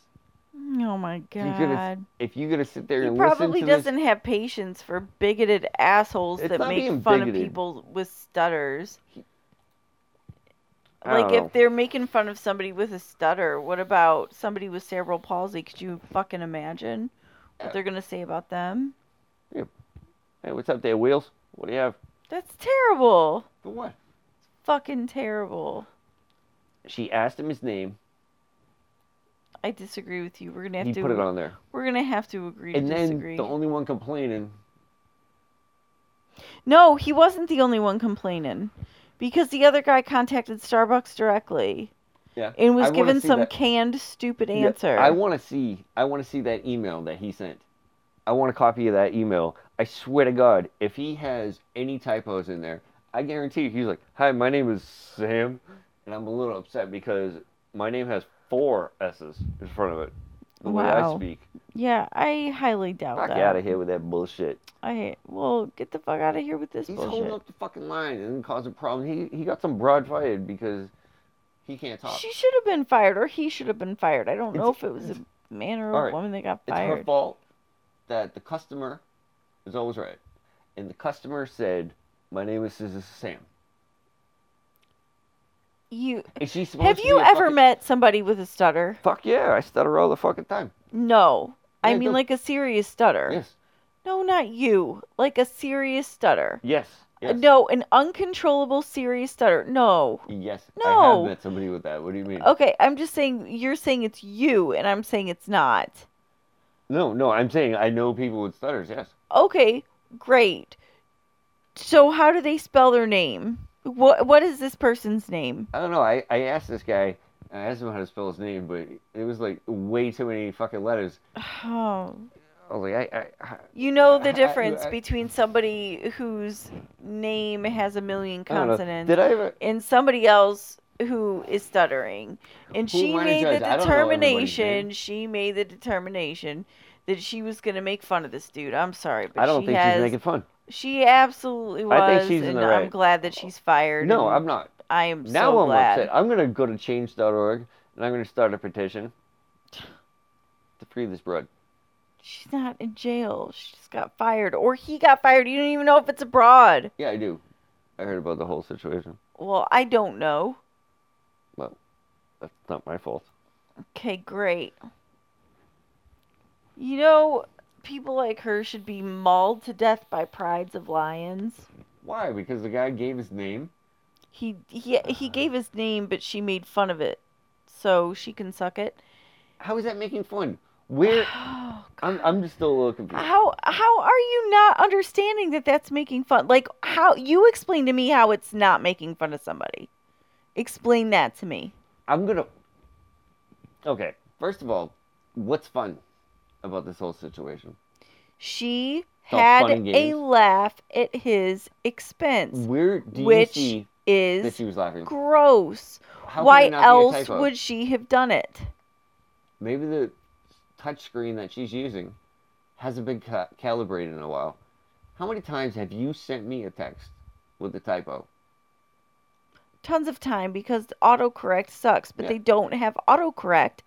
Speaker 1: oh my
Speaker 2: you're gonna
Speaker 1: god.
Speaker 2: If you're gonna sit there
Speaker 1: He
Speaker 2: and
Speaker 1: probably
Speaker 2: listen to this-
Speaker 1: doesn't have patience for bigoted assholes
Speaker 2: It's
Speaker 1: that
Speaker 2: not
Speaker 1: make
Speaker 2: being
Speaker 1: fun of
Speaker 2: bigoted.
Speaker 1: people with stutters.
Speaker 2: I
Speaker 1: Like
Speaker 2: don't know.
Speaker 1: if they're making fun of somebody with a stutter, what about somebody with cerebral palsy? Could you fucking imagine
Speaker 2: Yeah.
Speaker 1: what they're gonna say about them?
Speaker 2: hey, what's up there, wheels? What do you have?
Speaker 1: That's terrible.
Speaker 2: For what?
Speaker 1: Fucking terrible.
Speaker 2: She asked him his name.
Speaker 1: I disagree with you. We're gonna have
Speaker 2: He
Speaker 1: to
Speaker 2: put it on there,
Speaker 1: we're gonna have to agree
Speaker 2: and
Speaker 1: to
Speaker 2: then
Speaker 1: disagree.
Speaker 2: the only one complaining
Speaker 1: No, he wasn't the only one complaining. Because the other guy contacted Starbucks directly
Speaker 2: Yeah.
Speaker 1: and was
Speaker 2: I wanna
Speaker 1: given
Speaker 2: see
Speaker 1: some
Speaker 2: that-
Speaker 1: canned stupid
Speaker 2: Yeah,
Speaker 1: answer.
Speaker 2: I want to see. I want to see that email that he sent. I want a copy of that email. I swear to God, if he has any typos in there, I guarantee you, he's like, "Hi, my name is Sam," and I'm a little upset because my name has four S's in front of it. The way I
Speaker 1: Wow.
Speaker 2: speak.
Speaker 1: Yeah, I highly doubt
Speaker 2: Fuck
Speaker 1: that.
Speaker 2: out of here with that bullshit.
Speaker 1: I well, get the fuck out of here with this
Speaker 2: He's
Speaker 1: bullshit.
Speaker 2: holding up the fucking line and causing problems. He he got some broad fired because he can't talk.
Speaker 1: She should have been fired, or he should have been fired. I don't know
Speaker 2: It's-
Speaker 1: if it was a man or a
Speaker 2: Alright,
Speaker 1: woman that got
Speaker 2: it's her
Speaker 1: fired.
Speaker 2: fault that the customer is always right. And the customer said, My name is Sis- Sam.
Speaker 1: You
Speaker 2: Is she supposed
Speaker 1: have
Speaker 2: to
Speaker 1: you
Speaker 2: be a
Speaker 1: ever
Speaker 2: fucking-
Speaker 1: met somebody with a stutter?
Speaker 2: Fuck yeah, I stutter all the fucking time.
Speaker 1: No, I
Speaker 2: Yeah,
Speaker 1: mean
Speaker 2: no.
Speaker 1: like a serious stutter.
Speaker 2: Yes.
Speaker 1: No, not you. Like a serious stutter.
Speaker 2: Yes.
Speaker 1: Uh,
Speaker 2: Yes.
Speaker 1: No, an uncontrollable serious stutter. No.
Speaker 2: Yes. I
Speaker 1: No. Oh.
Speaker 2: have met somebody with that. What do you mean?
Speaker 1: Okay, I'm just saying you're saying it's you, and I'm saying it's not.
Speaker 2: No, no, I'm saying I know people with stutters, yes.
Speaker 1: Okay, great. So how do they spell their name? What what is this person's name?
Speaker 2: I don't know. I, I asked this guy, I asked him how to spell his name, but it was like way too many fucking letters.
Speaker 1: Oh.
Speaker 2: I was like, I, I, I
Speaker 1: You know
Speaker 2: I- I-
Speaker 1: the difference
Speaker 2: I-
Speaker 1: between somebody whose name has a million
Speaker 2: I don't know.
Speaker 1: consonants
Speaker 2: Did I ever?
Speaker 1: and somebody else who is stuttering. And
Speaker 2: Who
Speaker 1: she
Speaker 2: am I to
Speaker 1: made the
Speaker 2: judge? I don't know everybody's
Speaker 1: determination, she made the determination that she was going to make fun of this dude. I'm sorry, but
Speaker 2: I don't
Speaker 1: she
Speaker 2: think
Speaker 1: has
Speaker 2: she's making fun.
Speaker 1: she absolutely was
Speaker 2: I think she's in
Speaker 1: and
Speaker 2: the
Speaker 1: I'm
Speaker 2: right.
Speaker 1: glad that she's fired.
Speaker 2: No,
Speaker 1: and
Speaker 2: I'm not.
Speaker 1: I am
Speaker 2: Now
Speaker 1: so
Speaker 2: I'm
Speaker 1: glad.
Speaker 2: upset. I'm going to go to change.org and I'm going to start a petition to free this broad.
Speaker 1: She's not in jail. She just got fired, or he got fired. You don't even know if it's abroad.
Speaker 2: Yeah, I do. I heard about the whole situation.
Speaker 1: Well, I don't know.
Speaker 2: That's not my fault.
Speaker 1: Okay, great. You know, people like her should be mauled to death by prides of lions.
Speaker 2: Why? Because the guy gave his name.
Speaker 1: He he
Speaker 2: Uh-huh.
Speaker 1: he gave his name, but she made fun of it, so she can suck it.
Speaker 2: How is that making fun? Where?
Speaker 1: Oh,
Speaker 2: I'm,
Speaker 1: God.
Speaker 2: I'm just still a little confused.
Speaker 1: how how are you not understanding that that's making fun? Like how you explain to me how it's not making fun of somebody. Explain that to me.
Speaker 2: I'm gonna. Okay, first of all, what's fun about this whole situation?
Speaker 1: She
Speaker 2: all
Speaker 1: had
Speaker 2: fun and
Speaker 1: a
Speaker 2: games.
Speaker 1: laugh at his expense,
Speaker 2: Where do
Speaker 1: Which
Speaker 2: you see that
Speaker 1: is
Speaker 2: she was laughing?
Speaker 1: gross.
Speaker 2: How could
Speaker 1: Why
Speaker 2: it not be a
Speaker 1: else
Speaker 2: typo?
Speaker 1: would she have done it?
Speaker 2: Maybe the touchscreen that she's using hasn't been ca- calibrated in a while. How many times have you sent me a text with a typo?
Speaker 1: Tons of time because autocorrect sucks, but
Speaker 2: Yeah.
Speaker 1: they don't have autocorrect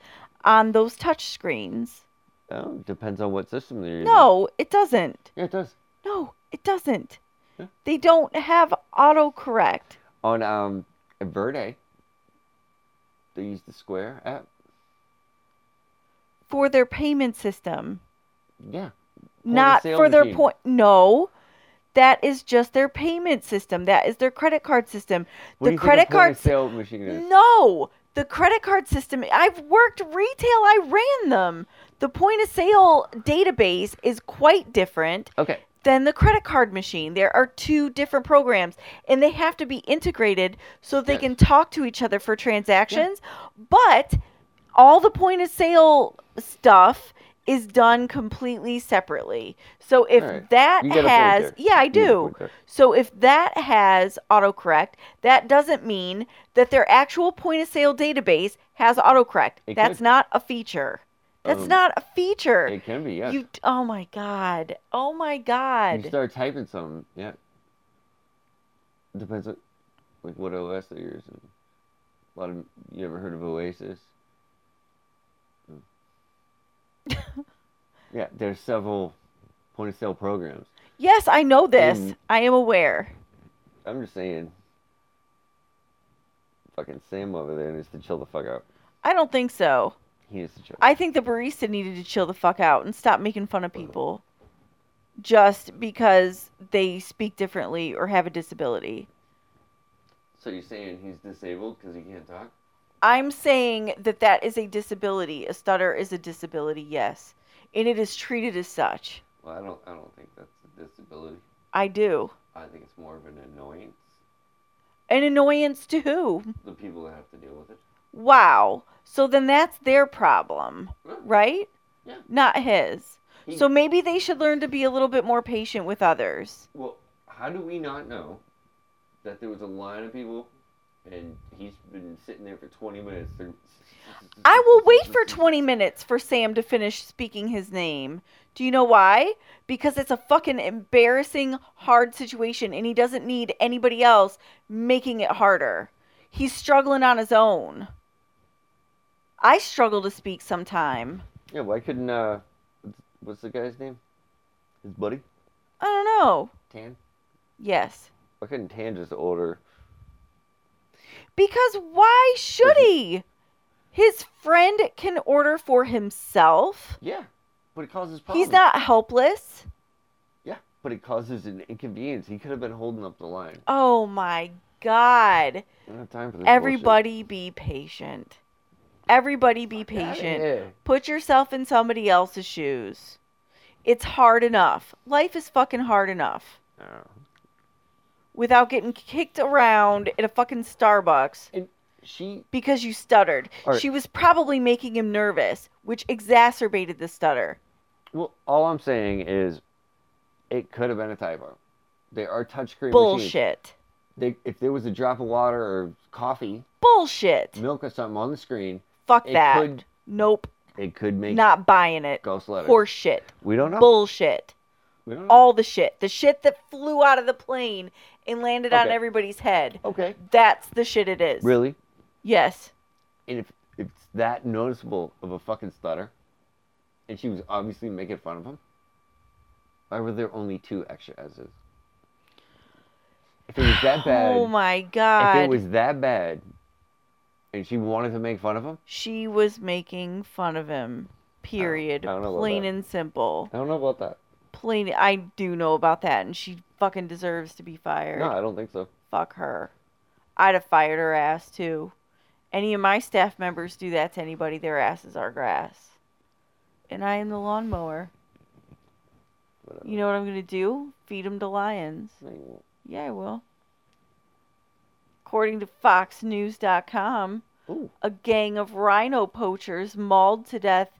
Speaker 1: on those touch screens.
Speaker 2: Oh, depends on what system they're using.
Speaker 1: No, it doesn't.
Speaker 2: Yeah, it does.
Speaker 1: No, it doesn't.
Speaker 2: Yeah.
Speaker 1: They don't have autocorrect.
Speaker 2: On um, Verde, they use the Square app.
Speaker 1: for their payment system,
Speaker 2: Yeah. of
Speaker 1: not
Speaker 2: sale
Speaker 1: for their
Speaker 2: machine.
Speaker 1: point. No, that is just their payment system. That is their credit card system.
Speaker 2: What do
Speaker 1: the
Speaker 2: you think a
Speaker 1: credit
Speaker 2: point
Speaker 1: card.
Speaker 2: of sale machine is?
Speaker 1: No, the credit card system. I've worked retail. I ran them. The point of sale database is quite different
Speaker 2: Okay.
Speaker 1: than the credit card machine. There are two different programs, and they have to be integrated so they
Speaker 2: Yes.
Speaker 1: can talk to each other for transactions. But all the point of sale stuff is done completely separately. So if
Speaker 2: Alright.
Speaker 1: that
Speaker 2: You got a point
Speaker 1: has,
Speaker 2: there.
Speaker 1: yeah, I
Speaker 2: You got a
Speaker 1: do.
Speaker 2: point there.
Speaker 1: So if that has autocorrect, that doesn't mean that their actual point of sale database has autocorrect.
Speaker 2: It
Speaker 1: That's
Speaker 2: could.
Speaker 1: not a feature. That's
Speaker 2: Um,
Speaker 1: not a feature.
Speaker 2: It can be, yes.
Speaker 1: You oh my god. Oh my
Speaker 2: You
Speaker 1: god.
Speaker 2: start typing something, yeah. Depends on like what OS they're using. A lot of you ever heard of Oasis? No. yeah, there's several point of sale programs.
Speaker 1: Yes, I know this.
Speaker 2: Mm.
Speaker 1: I am aware.
Speaker 2: I'm just saying. Fucking Sam over there needs to chill the fuck out.
Speaker 1: I don't think so.
Speaker 2: He needs to chill.
Speaker 1: I think the barista needed to chill the fuck out and stop making fun of people just because they speak differently or have a disability.
Speaker 2: so you're saying he's disabled because he can't talk?
Speaker 1: I'm saying that that is a disability. A stutter is a disability, yes. And it is treated as such.
Speaker 2: Well, I don't. I don't think that's a disability.
Speaker 1: I do.
Speaker 2: I think it's more of an annoyance.
Speaker 1: An annoyance to who?
Speaker 2: The people that have to deal with it.
Speaker 1: Wow. So then that's their problem, right?
Speaker 2: Yeah.
Speaker 1: Not his.
Speaker 2: He-
Speaker 1: So maybe they should learn to be a little bit more patient with others.
Speaker 2: Well, how do we not know that there was a line of people and he's been sitting there for 20 minutes? They're-
Speaker 1: I will wait for 20 minutes for Sam to finish speaking his name. Do you know why? Because it's a fucking embarrassing, hard situation, and he doesn't need anybody else making it harder. He's struggling on his own. I struggle to speak sometime.
Speaker 2: Yeah, why couldn't, uh, what's- what's the guy's name? His buddy?
Speaker 1: I don't know.
Speaker 2: Tan?
Speaker 1: Yes.
Speaker 2: Why couldn't Tan just order?
Speaker 1: Because why should he? His friend can order for himself.
Speaker 2: Yeah, but it causes problems.
Speaker 1: He's not helpless.
Speaker 2: Yeah, but it causes an inconvenience. He could have been holding up the line.
Speaker 1: Oh my God.
Speaker 2: I don't have time for this.
Speaker 1: Everybody be patient. Everybody be
Speaker 2: bullshit. Get outta
Speaker 1: patient.
Speaker 2: here.
Speaker 1: Put yourself in somebody else's shoes. It's hard enough. Life is fucking hard enough
Speaker 2: No.
Speaker 1: without getting kicked around at a fucking Starbucks
Speaker 2: She,
Speaker 1: because you stuttered.
Speaker 2: All right.
Speaker 1: She was probably making him nervous, which exacerbated the stutter.
Speaker 2: well, all I'm saying is it could have been a typo. They are touchscreen machines.
Speaker 1: Bullshit.
Speaker 2: they, if there was a drop of water or coffee,
Speaker 1: Bullshit.
Speaker 2: milk or something on the screen,
Speaker 1: Fuck
Speaker 2: it
Speaker 1: that.
Speaker 2: could
Speaker 1: Nope.
Speaker 2: it could make
Speaker 1: Not buying it.
Speaker 2: ghost letters.
Speaker 1: Horse shit.
Speaker 2: We don't know.
Speaker 1: Bullshit.
Speaker 2: We don't know.
Speaker 1: All the shit. The shit that flew out of the plane and landed on
Speaker 2: Okay.
Speaker 1: everybody's head.
Speaker 2: okay.
Speaker 1: That's the shit it is.
Speaker 2: Really?
Speaker 1: Yes.
Speaker 2: And if, if it's that noticeable of a fucking stutter, and she was obviously making fun of him. Why were there only two extra S's? If it was that bad,
Speaker 1: Oh my
Speaker 2: if
Speaker 1: god.
Speaker 2: it was that bad, and she wanted to make fun of him,
Speaker 1: she was making fun of him. Period.
Speaker 2: I don't know about
Speaker 1: Plain
Speaker 2: that.
Speaker 1: and simple.
Speaker 2: I don't know about that.
Speaker 1: Plain I do know about that and she fucking deserves to be fired.
Speaker 2: No, I don't think so.
Speaker 1: Fuck her. I'd have fired her ass too. Any of my staff members do that to anybody, their asses are grass. And I am the lawnmower.
Speaker 2: Whatever.
Speaker 1: You know what I'm gonna do? Feed them to lions.
Speaker 2: No, you won't.
Speaker 1: Yeah, I will. According to FoxNews.com,
Speaker 2: Ooh.
Speaker 1: a gang of rhino poachers mauled to death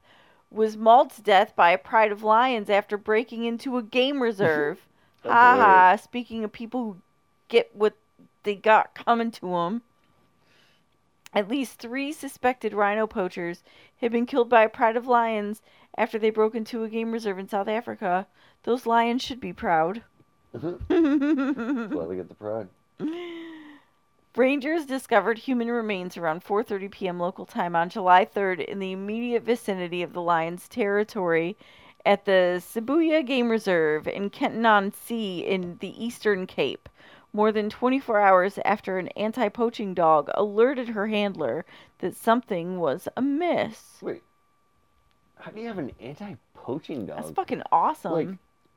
Speaker 1: was mauled to death by a pride of lions after breaking into a game reserve.
Speaker 2: That's
Speaker 1: ha
Speaker 2: hilarious.
Speaker 1: ha! Speaking of people who get what they got coming to them, at least three suspected rhino poachers had been killed by a pride of lions after they broke into a game reserve in South Africa. Those lions should be proud.
Speaker 2: Glad to get the pride.
Speaker 1: Rangers discovered human remains around 4:30 p.m. local time on July 3rd in the immediate vicinity of the Lions' territory at the Sibuya Game Reserve in Kenton Sea in the Eastern Cape. More than 24 hours after an anti-poaching dog alerted her handler that something was amiss.
Speaker 2: Wait, how do you have an anti-poaching dog?
Speaker 1: That's fucking awesome.
Speaker 2: Like,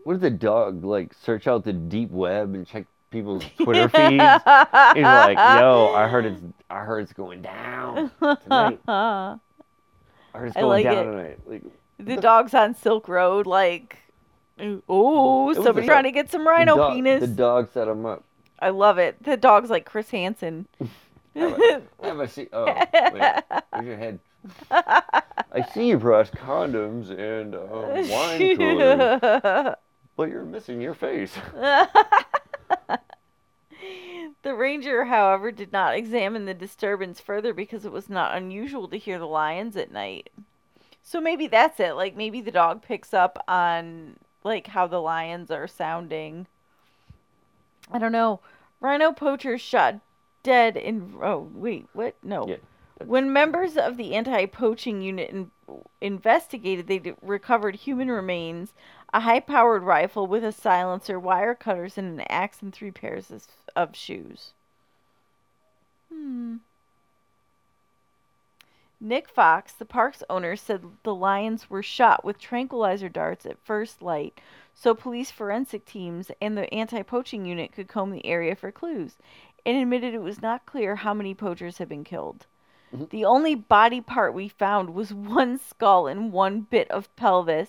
Speaker 2: what did the dog like? Search out the deep web and check people's Twitter feeds. He's like, yo, I heard it's, I heard it's going down. tonight. I heard it's
Speaker 1: I like
Speaker 2: going down
Speaker 1: it.
Speaker 2: tonight. Like,
Speaker 1: the dogs on Silk Road, like, oh,
Speaker 2: It was
Speaker 1: somebody
Speaker 2: a-
Speaker 1: trying to get some rhino
Speaker 2: the dog,
Speaker 1: penis.
Speaker 2: The dog set him up.
Speaker 1: I love it. The dog's like Chris Hansen.
Speaker 2: Have a, have a seat. Oh, wait. Where's your head? I see you brought condoms and uh, wine coolers, but you're missing your face.
Speaker 1: the ranger, however, did not examine the disturbance further because it was not unusual to hear the lions at night. So maybe that's it. Like maybe the dog picks up on like how the lions are sounding. I don't know. Rhino poachers shot dead in oh wait, what? No.
Speaker 2: Yeah,
Speaker 1: When members of the anti-poaching unit in, investigated, they d- recovered human remains, a high-powered rifle with a silencer, wire cutters, and an axe, and three pairs of, of shoes. Hmm. Nick Fox, the park's owner, said the lions were shot with tranquilizer darts at first light, so police forensic teams and the anti-poaching unit could comb the area for clues, and admitted it was not clear how many poachers had been killed.
Speaker 2: Mm-hmm.
Speaker 1: The only body part we found was one skull and one bit of pelvis.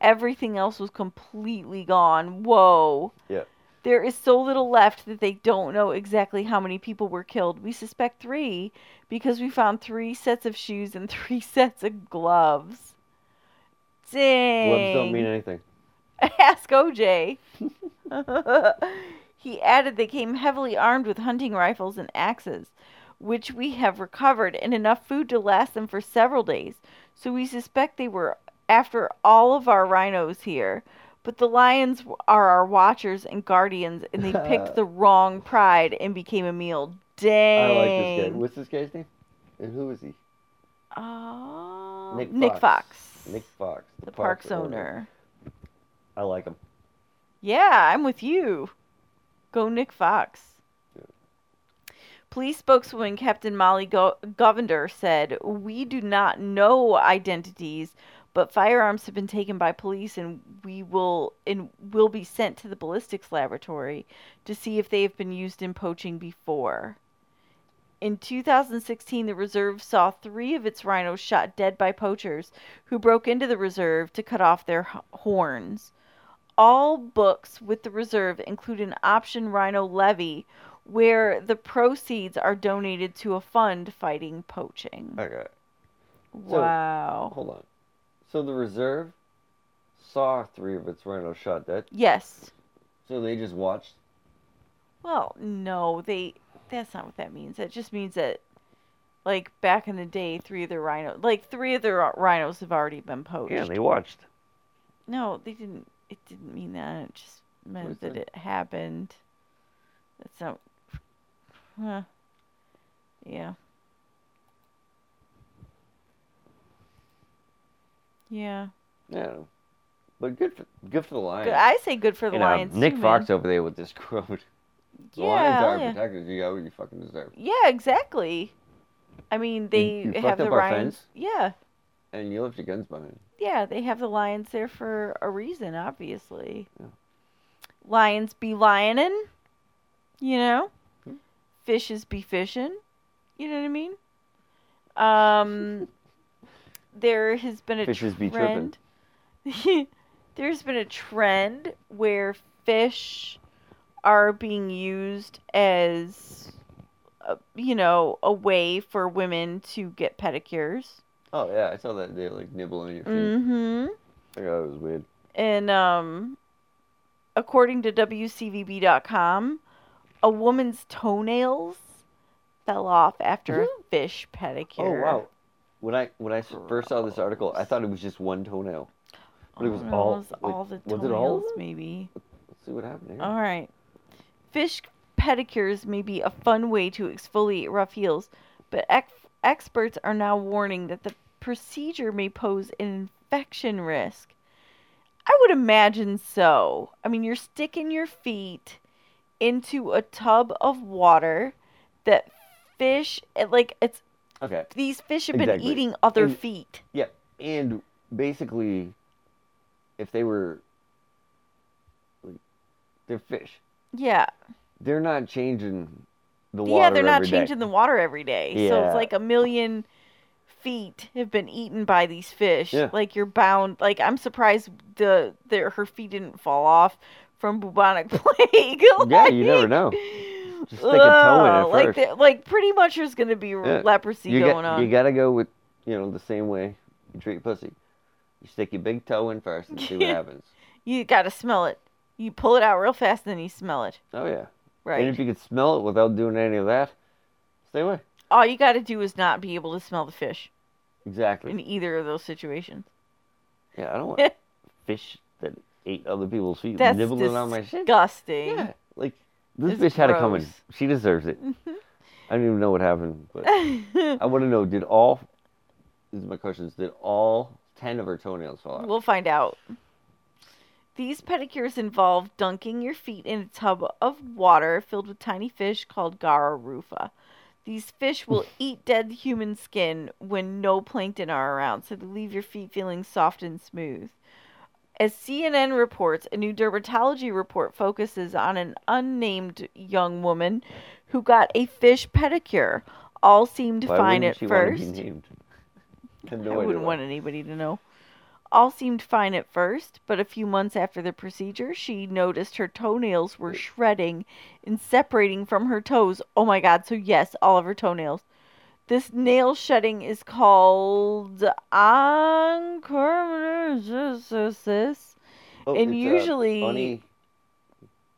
Speaker 1: Everything else was completely gone. Whoa.
Speaker 2: Yeah.
Speaker 1: There is so little left that they don't know exactly how many people were killed. We suspect three because we found three sets of shoes and three sets of gloves. Dang.
Speaker 2: Gloves don't mean anything.
Speaker 1: Ask OJ. he added they came heavily armed with hunting rifles and axes, which we have recovered, and enough food to last them for several days. So we suspect they were after all of our rhinos here. But the lions w- are our watchers and guardians, and they picked the wrong pride and became a meal.
Speaker 2: I
Speaker 1: Dang.
Speaker 2: like this guy. What's this guy's name? And who is he?
Speaker 1: Oh,
Speaker 2: Nick
Speaker 1: Nick
Speaker 2: Fox.
Speaker 1: Fox.
Speaker 2: Nick Fox,
Speaker 1: the park's, owner.
Speaker 2: I like him.
Speaker 1: Yeah, I'm with you. Go Nick Fox.
Speaker 2: Yeah.
Speaker 1: Police spokeswoman Captain Molly Go- Govender said, "We do not know identities, but firearms have been taken by police, and we will and will be sent to the ballistics laboratory to see if they have been used in poaching before." In 2016, the reserve saw three of its rhinos shot dead by poachers who broke into the reserve to cut off their h- horns. All books with the reserve include an option rhino levy where the proceeds are donated to a fund fighting poaching.
Speaker 2: Okay,
Speaker 1: wow.
Speaker 2: hold on. So the reserve saw three of its rhinos shot dead.
Speaker 1: Yes.
Speaker 2: So they just watched.
Speaker 1: Well, no, they that's not what that means. That just means that like back in the day, three of the rhino like three of the rhi- rhinos have already been poached.
Speaker 2: watched.
Speaker 1: No, they didn't. It didn't mean that. It just
Speaker 2: What is
Speaker 1: meant that
Speaker 2: that?
Speaker 1: it happened. That's not. Huh. Yeah. Yeah.
Speaker 2: Yeah. But good for, good for the Lions.
Speaker 1: Good, I say good for the
Speaker 2: You know,
Speaker 1: Lions.
Speaker 2: Nick
Speaker 1: too, man.
Speaker 2: Fox over there with this quote. The
Speaker 1: Yeah,
Speaker 2: Lions are
Speaker 1: hell yeah.
Speaker 2: protectors. You got what you fucking deserve.
Speaker 1: Yeah, exactly. I mean, they
Speaker 2: you
Speaker 1: have
Speaker 2: fucked
Speaker 1: the
Speaker 2: up our
Speaker 1: Lions.
Speaker 2: fence?
Speaker 1: Yeah,
Speaker 2: And you left your guns behind.
Speaker 1: yeah, they have the Lions there for a reason, obviously.
Speaker 2: Yeah.
Speaker 1: Lions be lioning, you know.
Speaker 2: Hmm.
Speaker 1: Fishes be fishing, you know what I mean. Um, there has been a
Speaker 2: Fishes be tripping.
Speaker 1: trend. There's been a trend where fish are being used as, a, you know, a way for women to get pedicures.
Speaker 2: Oh, yeah. I saw that they like nibble on your feet.
Speaker 1: Mm-hmm.
Speaker 2: I thought it was weird.
Speaker 1: And um, according to WCVB.com, a woman's toenails fell off after a fish pedicure.
Speaker 2: Mm-hmm. Oh, wow. When I when I s- first saw this article, I
Speaker 1: Gross.
Speaker 2: thought it was just one toenail. But it was
Speaker 1: Oh, no,
Speaker 2: all,
Speaker 1: it was
Speaker 2: like,
Speaker 1: all the
Speaker 2: was
Speaker 1: toenails,
Speaker 2: it all of them?
Speaker 1: maybe.
Speaker 2: Let's see what happened here.
Speaker 1: All right. Fish pedicures may be a fun way to exfoliate rough heels, but ex- experts are now warning that the procedure may pose an infection risk. I would imagine so. I mean, you're sticking your feet into a tub of water that fish, it- like, it's
Speaker 2: Okay.
Speaker 1: these fish have been
Speaker 2: Exactly.
Speaker 1: eating other
Speaker 2: And-
Speaker 1: feet.
Speaker 2: And basically, if they were, like, they're fish.
Speaker 1: Yeah.
Speaker 2: They're not changing the water.
Speaker 1: yeah, they're not
Speaker 2: every day.
Speaker 1: changing the water every day. So
Speaker 2: Yeah.
Speaker 1: it's like a million feet have been eaten by these fish.
Speaker 2: Yeah.
Speaker 1: Like you're bound. Like I'm surprised the, the her feet didn't fall off from bubonic plague.
Speaker 2: Yeah, you never
Speaker 1: Like,
Speaker 2: know. Just stick a toe in
Speaker 1: ugh,
Speaker 2: it
Speaker 1: like
Speaker 2: first.
Speaker 1: the- like pretty much there's gonna be
Speaker 2: Yeah.
Speaker 1: leprosy
Speaker 2: You,
Speaker 1: going
Speaker 2: got,
Speaker 1: on.
Speaker 2: you gotta go with, you know, the same way you treat pussy. You stick your big toe in first and see what
Speaker 1: Yeah.
Speaker 2: happens.
Speaker 1: you gotta smell it. You pull it out real fast, and then you smell it.
Speaker 2: Oh yeah.
Speaker 1: Right.
Speaker 2: And if you could smell it without doing any of that, stay away.
Speaker 1: All you gotta do is not be able to smell the fish
Speaker 2: Exactly.
Speaker 1: in either of those situations.
Speaker 2: Yeah, I don't want fish that ate other people's feet
Speaker 1: That's
Speaker 2: nibbling on my shit.
Speaker 1: disgusting.
Speaker 2: Yeah, like this
Speaker 1: It's
Speaker 2: bitch had it coming.
Speaker 1: gross.
Speaker 2: She deserves it. I don't even know what happened, but I
Speaker 1: we'll
Speaker 2: want to know: did all? These are my questions. Did all ten of her toenails fall out?
Speaker 1: find out. These pedicures involve dunking your feet in a tub of water filled with tiny fish called Gararufa. These fish will eat dead human skin when no plankton are around, so they leave your feet feeling soft and smooth. As CNN reports, a new dermatology report focuses on an unnamed young woman who got a fish pedicure. All seemed
Speaker 2: Why
Speaker 1: fine at
Speaker 2: wouldn't she want to
Speaker 1: first.
Speaker 2: be named? I, have no
Speaker 1: I
Speaker 2: idea
Speaker 1: wouldn't
Speaker 2: why.
Speaker 1: want anybody to know. All seemed fine at first, but a few months after the procedure, she noticed her toenails were shredding and separating from her toes. Oh my god, so yes, all of her toenails. This nail shedding is called onchromatopsis.
Speaker 2: Oh,
Speaker 1: and
Speaker 2: it's, uh,
Speaker 1: usually-
Speaker 2: Oni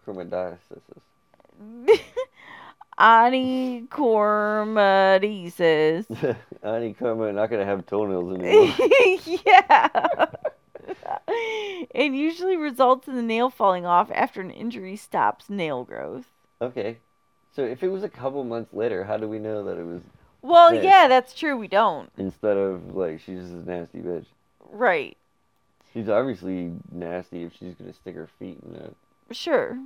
Speaker 2: chromodiasis.
Speaker 1: Onychromatesis.
Speaker 2: Ani Karma not gonna have toenails anymore.
Speaker 1: yeah. and usually results in the nail falling off after an injury stops nail growth.
Speaker 2: okay. So if it was a couple months later, how do we know that it was
Speaker 1: Well,
Speaker 2: Right.
Speaker 1: yeah, that's true. We don't.
Speaker 2: instead of like she's just a nasty bitch?
Speaker 1: Right.
Speaker 2: She's obviously nasty if she's gonna stick her feet in a
Speaker 1: Sure.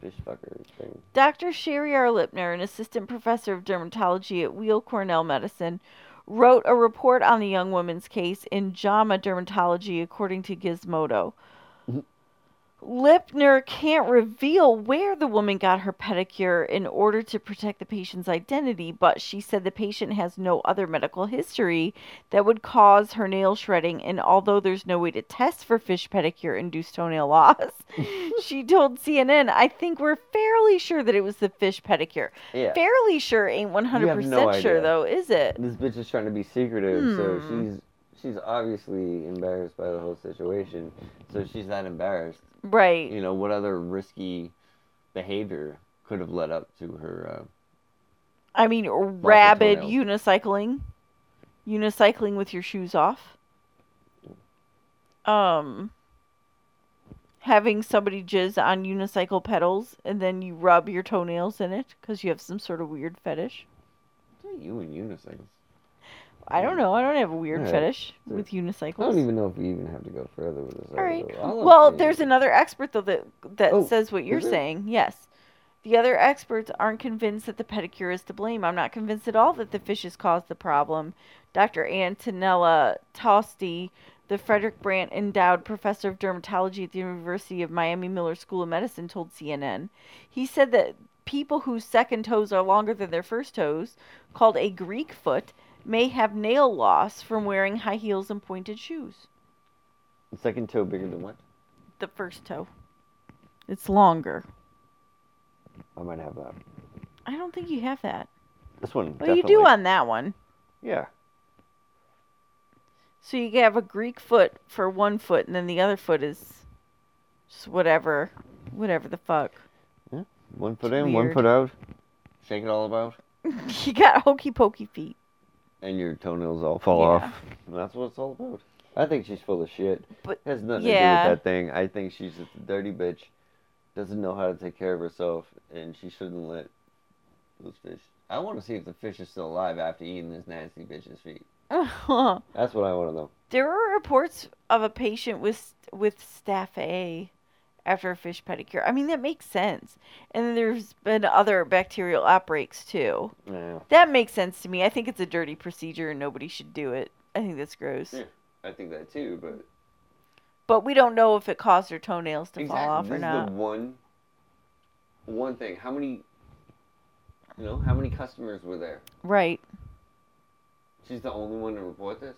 Speaker 2: fish fucker thing.
Speaker 1: Dr. Sherry R. Lipner, an assistant professor of dermatology at Weill Cornell Medicine, wrote a report on the young woman's case in JAMA Dermatology, according to Gizmodo.
Speaker 2: Mhm.
Speaker 1: Lipner can't reveal where the woman got her pedicure in order to protect the patient's identity, but she said the patient has no other medical history that would cause her nail shredding, and although there's no way to test for fish pedicure induced toenail loss, she told CNN, I think we're fairly sure that it was the fish pedicure.
Speaker 2: Yeah.
Speaker 1: Fairly sure ain't 100%
Speaker 2: no
Speaker 1: sure,
Speaker 2: idea.
Speaker 1: though, is it?
Speaker 2: This bitch is trying to be secretive, so
Speaker 1: Hmm.
Speaker 2: she's she's obviously embarrassed by the whole situation. So she's not embarrassed.
Speaker 1: Right.
Speaker 2: You know, what other risky behavior could have led up to her uh,
Speaker 1: I mean, rabid
Speaker 2: toenails.
Speaker 1: unicycling. Unicycling with your shoes off. Um, having somebody jizz on unicycle pedals and then you rub your toenails in it because you have some sort of weird fetish.
Speaker 2: You and unicycles.
Speaker 1: I don't know. I don't have a weird
Speaker 2: Alright.
Speaker 1: fetish
Speaker 2: So-
Speaker 1: with unicycles.
Speaker 2: I don't even know if we even have to go further with this.
Speaker 1: All right.
Speaker 2: article. All I'm
Speaker 1: Well,
Speaker 2: saying
Speaker 1: there's
Speaker 2: is-
Speaker 1: another expert though that that
Speaker 2: Oh,
Speaker 1: says what you're
Speaker 2: is there?
Speaker 1: saying. Yes. The other experts aren't convinced that the pedicure is to blame. I'm not convinced at all that the fishes caused the problem. Dr. Antonella Tosti, the Frederick Brandt Endowed Professor of Dermatology at the University of Miami Miller School of Medicine, told CNN. He said that people whose second toes are longer than their first toes, called a Greek foot, may have nail loss from wearing high heels and pointed shoes.
Speaker 2: second toe bigger than what?
Speaker 1: the first toe. It's longer.
Speaker 2: I might have that.
Speaker 1: I don't think you have that.
Speaker 2: This one.
Speaker 1: Well, you do
Speaker 2: definitely-
Speaker 1: on that one.
Speaker 2: Yeah.
Speaker 1: So you have a Greek foot for one foot, and then the other foot is just whatever, whatever the fuck.
Speaker 2: One foot
Speaker 1: It's
Speaker 2: in, one
Speaker 1: weird.
Speaker 2: foot out. Shake it all about,
Speaker 1: you got hokey pokey feet.
Speaker 2: and your toenails all fall
Speaker 1: Yeah.
Speaker 2: off. And that's what it's all about. I think she's full of shit.
Speaker 1: But-
Speaker 2: has nothing
Speaker 1: yeah.
Speaker 2: to do with that thing. I think she's just a dirty bitch. Doesn't know how to take care of herself, and she shouldn't let those fish. I want to see if the fish is still alive after eating this nasty bitch's feet.
Speaker 1: there
Speaker 2: That's what I want to know.
Speaker 1: were reports of a patient with with staph A after a fish pedicure. I mean that makes sense. And then there's been other bacterial outbreaks too.
Speaker 2: Yeah,
Speaker 1: That makes sense to me. I think it's a dirty procedure and nobody should do it. I think that's gross.
Speaker 2: Yeah. I think that too, but
Speaker 1: But we don't know if it caused her toenails to fall off
Speaker 2: this
Speaker 1: or
Speaker 2: is
Speaker 1: not.
Speaker 2: the one, one thing. How many, you know, how many customers were there?
Speaker 1: Right.
Speaker 2: She's the only one to report this.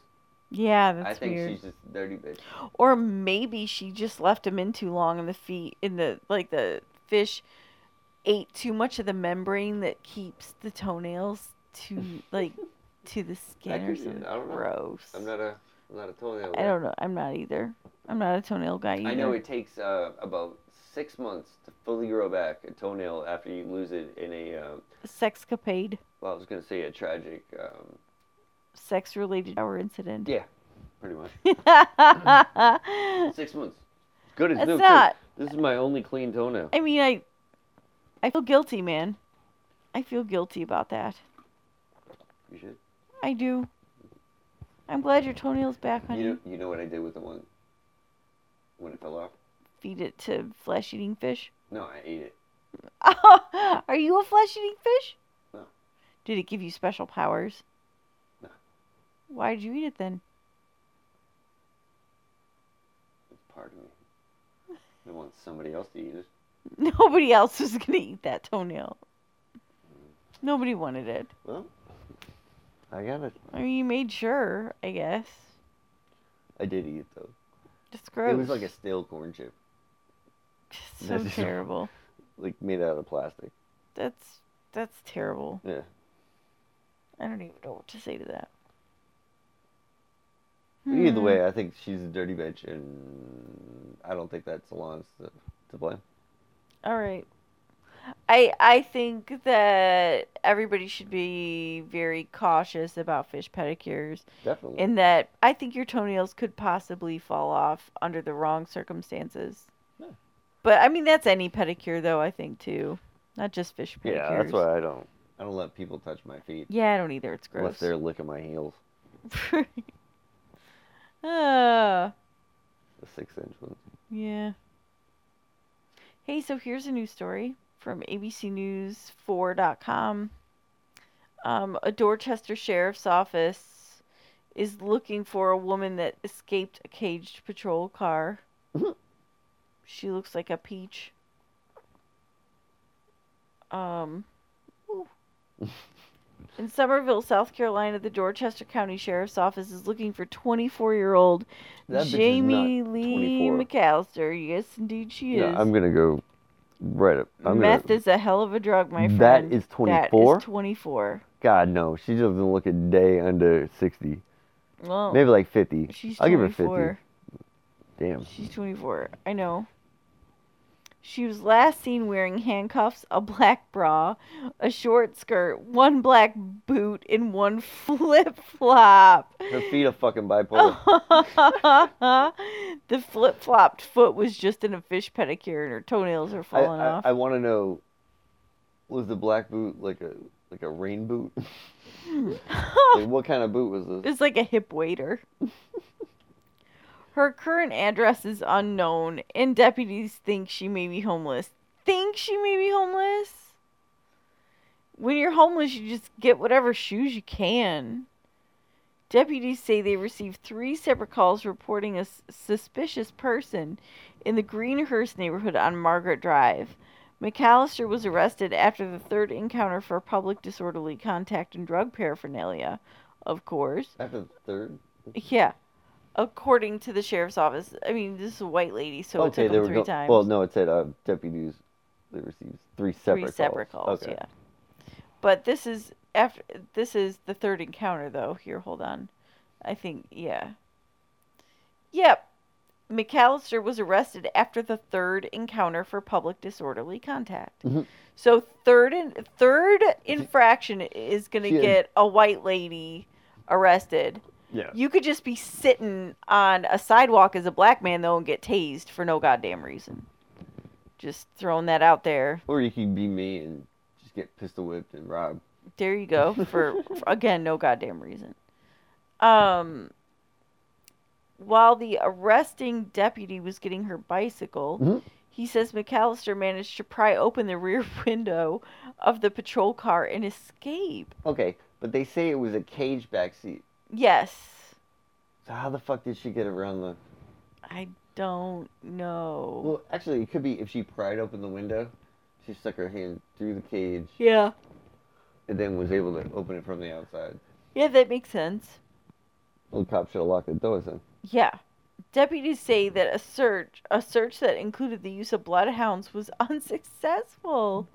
Speaker 1: Yeah, that's
Speaker 2: I think
Speaker 1: weird.
Speaker 2: she's just a dirty bitch.
Speaker 1: Or maybe she just left them in too long and the feet in the like the fish ate too much of the membrane that keeps the toenails to like to the skin or
Speaker 2: could be it.
Speaker 1: something.
Speaker 2: I don't know.
Speaker 1: Gross.
Speaker 2: I'm not a, I'm not a toenail.
Speaker 1: I
Speaker 2: guy.
Speaker 1: don't know. I'm not either. I'm not a toenail guy either.
Speaker 2: I know it takes uh, about six months to fully grow back a toenail after you lose it in a, um,
Speaker 1: Sexcapade,
Speaker 2: well, I was going to say a tragic, um,
Speaker 1: sex related hour incident.
Speaker 2: yeah, pretty much.
Speaker 1: it's
Speaker 2: Six months. Good as new, too.
Speaker 1: not
Speaker 2: This is my only clean toenail.
Speaker 1: I mean, I, I feel guilty, man. I feel guilty about that.
Speaker 2: You should.
Speaker 1: I do. I'm glad your toenail's back, honey.
Speaker 2: You know, you know what I did with the one when it fell off?
Speaker 1: Feed it to flesh-eating fish.
Speaker 2: No, I ate it.
Speaker 1: Are you a flesh-eating fish?
Speaker 2: No.
Speaker 1: Did it give you special powers?
Speaker 2: No.
Speaker 1: Why did you eat it then?
Speaker 2: It's part of me. I want somebody else to eat it.
Speaker 1: Nobody else was gonna eat that toenail. Nobody wanted it.
Speaker 2: Well, I got it.
Speaker 1: I mean, you made sure, I guess.
Speaker 2: I did eat it though.
Speaker 1: It's gross.
Speaker 2: It was like a stale corn chip,
Speaker 1: so
Speaker 2: That is-
Speaker 1: terrible.
Speaker 2: like made out of plastic.
Speaker 1: That's that's terrible.
Speaker 2: Yeah.
Speaker 1: I don't even know what to say to that.
Speaker 2: But Either
Speaker 1: Hmm.
Speaker 2: way, I think she's a dirty bitch, and I don't think that salon's to, to blame.
Speaker 1: All right. I I think that everybody should be very cautious about fish pedicures
Speaker 2: Definitely.
Speaker 1: in that I think your toenails could possibly fall off under the wrong circumstances.
Speaker 2: Yeah.
Speaker 1: But I mean that's any pedicure though, I think too. Not just fish pedicures.
Speaker 2: yeah, that's why I don't. I don't let people touch my feet
Speaker 1: Yeah, I don't either. It's
Speaker 2: unless
Speaker 1: gross.
Speaker 2: they're licking my heels,
Speaker 1: uh,
Speaker 2: the six-inch ones.
Speaker 1: Yeah. Hey, so here's a news story from abcnews4.com. Um, a Dorchester sheriff's office is looking for a woman that escaped a caged patrol car.
Speaker 2: Mm-hmm.
Speaker 1: she looks like a peach. Um, ooh. In Somerville, South Carolina, the Dorchester County Sheriff's Office is looking for 24 year old
Speaker 2: That bitch is
Speaker 1: Jamie
Speaker 2: not
Speaker 1: Lee
Speaker 2: 24.
Speaker 1: McAllister. Yes, indeed she
Speaker 2: Yeah,
Speaker 1: is.
Speaker 2: I'm gonna go right up. I'm
Speaker 1: Meth
Speaker 2: gonna,
Speaker 1: is a hell of a drug, my friend.
Speaker 2: That is 24?
Speaker 1: That is 24.
Speaker 2: God no, she doesn't look a day under sixty.
Speaker 1: Well,
Speaker 2: Maybe like fifty.
Speaker 1: she's 24.
Speaker 2: I'll give her 50. Damn.
Speaker 1: She's 24. I know. She was last seen wearing handcuffs, a black bra, a short skirt, one black boot, and one flip flop.
Speaker 2: Her feet are fucking bipolar.
Speaker 1: Oh, the flip flopped foot was just in a fish pedicure, and her toenails are
Speaker 2: I,
Speaker 1: falling
Speaker 2: I,
Speaker 1: off.
Speaker 2: I want to know, was the black boot like a like a rain boot?
Speaker 1: Oh.
Speaker 2: Like, what kind of boot was this?
Speaker 1: It's like a hip waiter. Her current address is unknown, and deputies think she may be homeless. Think she may be homeless? When you're homeless, you just get whatever shoes you can. Deputies say they received three separate calls reporting a s- suspicious person in the Greenhurst neighborhood on Margaret Drive. McAllister was arrested after the third encounter for public disorderly contact and drug paraphernalia, of course.
Speaker 2: After the third.
Speaker 1: Yeah. According to the sheriff's office. I mean, this is a white lady, so it took
Speaker 2: they
Speaker 1: them
Speaker 2: were
Speaker 1: three
Speaker 2: go-
Speaker 1: times.
Speaker 2: Well, no, it said uh, deputies. They received three separate
Speaker 1: three separate calls,
Speaker 2: Okay.
Speaker 1: yeah. But this is after this is the third encounter though. Here, hold on. I think yeah. Yep. McAllister was arrested after the third encounter for public disorderly contact.
Speaker 2: Mhm.
Speaker 1: So third in, third infraction is going to
Speaker 2: She had-
Speaker 1: get a white lady arrested.
Speaker 2: Yeah.
Speaker 1: You could just be sitting on a sidewalk as a black man though and get tased for no goddamn reason. Just throwing that out there.
Speaker 2: Or you could be me and just get pistol whipped and robbed.
Speaker 1: There you go for, for- again no goddamn reason. Um while the arresting deputy was getting her bicycle,
Speaker 2: Mhm.
Speaker 1: he says McAllister managed to pry open the rear window of the patrol car and escape.
Speaker 2: Okay, but they say it was a cage back seat.
Speaker 1: Yes.
Speaker 2: So how the fuck did she get around the?
Speaker 1: I don't know.
Speaker 2: Well, actually, it could be if she pried open the window, she stuck her hand through the cage
Speaker 1: yeah.
Speaker 2: and then was able to open it from the outside.
Speaker 1: Yeah, that makes sense.
Speaker 2: Old cop should have locked the doors in.
Speaker 1: Yeah. Deputies say that a search, a search that included the use of bloodhounds, was unsuccessful.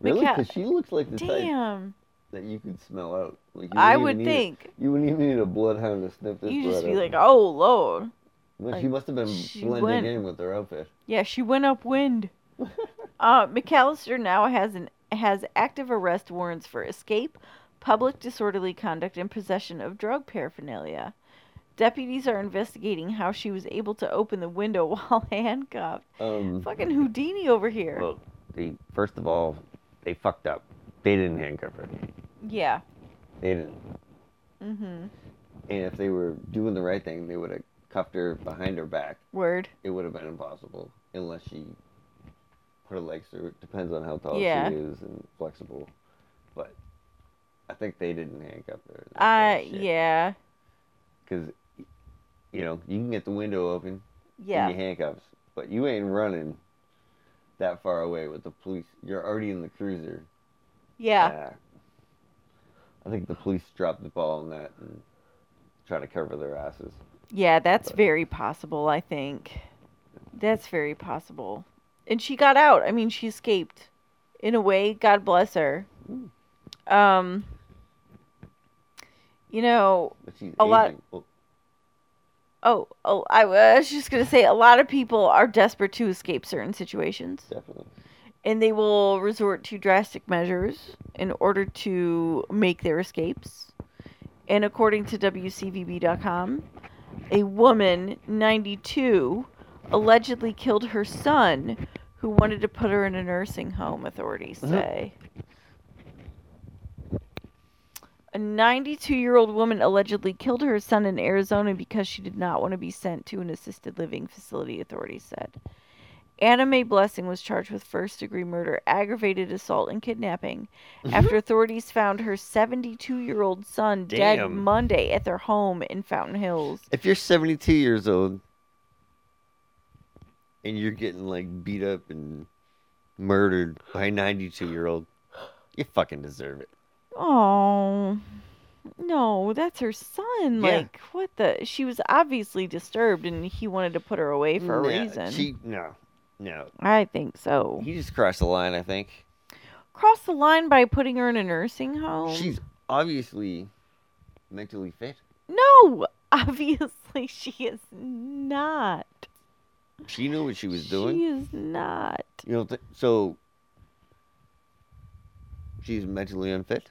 Speaker 2: Really?
Speaker 1: Maca-
Speaker 2: Because she looks like the type
Speaker 1: Damn.
Speaker 2: that you could smell out. Like you
Speaker 1: I
Speaker 2: wouldn't
Speaker 1: would
Speaker 2: even need a-
Speaker 1: think
Speaker 2: you wouldn't even need a bloodhound to sniff this.
Speaker 1: you just
Speaker 2: blood
Speaker 1: be
Speaker 2: out.
Speaker 1: like, "Oh lord."
Speaker 2: Well, she
Speaker 1: like,
Speaker 2: must have been
Speaker 1: she
Speaker 2: blending
Speaker 1: went-
Speaker 2: in with her outfit.
Speaker 1: Yeah, she went upwind. uh, McAllister now has an has active arrest warrants for escape, public disorderly conduct, and possession of drug paraphernalia. Deputies are investigating how she was able to open the window while handcuffed.
Speaker 2: Um,
Speaker 1: Fucking Houdini over here.
Speaker 2: Well, they first of all, they fucked up. They didn't handcuff her.
Speaker 1: Yeah.
Speaker 2: They didn't.
Speaker 1: Mhm.
Speaker 2: And if they were doing the right thing, they would have cuffed her behind her back.
Speaker 1: Word.
Speaker 2: It would have been impossible unless she put her legs through. It depends on how tall
Speaker 1: Yeah.
Speaker 2: she is and flexible. But I think they didn't handcuff her.
Speaker 1: Uh yeah.
Speaker 2: Because you know you can get the window open
Speaker 1: Yeah.
Speaker 2: in your handcuffs, but you ain't running that far away with the police. You're already in the cruiser.
Speaker 1: Yeah.
Speaker 2: Yeah. I think the police dropped the ball on that and try to cover their asses.
Speaker 1: Yeah, that's
Speaker 2: But-
Speaker 1: very possible, I think. That's very possible. And she got out. I mean, she escaped. In a way, God bless her.
Speaker 2: Mm.
Speaker 1: Um You know,
Speaker 2: But she's
Speaker 1: A lot-
Speaker 2: aging. Well,
Speaker 1: oh, oh I was just going to say a lot of people are desperate to escape certain situations.
Speaker 2: definitely.
Speaker 1: and they will resort to drastic measures in order to make their escapes. And according to WCVB.com, a woman, 92, allegedly killed her son who wanted to put her in a nursing home, authorities
Speaker 2: Mhm.
Speaker 1: say. A 92 year old woman allegedly killed her son in Arizona because she did not want to be sent to an assisted living facility, authorities said. Anna Mae Blessing was charged with first degree murder, aggravated assault, and kidnapping
Speaker 2: Mm-hmm.
Speaker 1: after authorities found her 72 year old son dead
Speaker 2: Damn.
Speaker 1: Monday at their home in Fountain Hills.
Speaker 2: If you're 72 years old and you're getting like beat up and murdered by a 92 year old, you fucking deserve it.
Speaker 1: Oh, no, that's her son.
Speaker 2: Yeah.
Speaker 1: Like, what the? She was obviously disturbed and he wanted to put her away for a
Speaker 2: Nah,
Speaker 1: reason.
Speaker 2: She, no, no.
Speaker 1: I think so.
Speaker 2: He just crossed the line, I think.
Speaker 1: Crossed the line by putting her in a nursing home?
Speaker 2: She's obviously mentally fit.
Speaker 1: No, obviously she is not.
Speaker 2: She knew what she was doing.
Speaker 1: She is not.
Speaker 2: You know, th- so she's mentally unfit.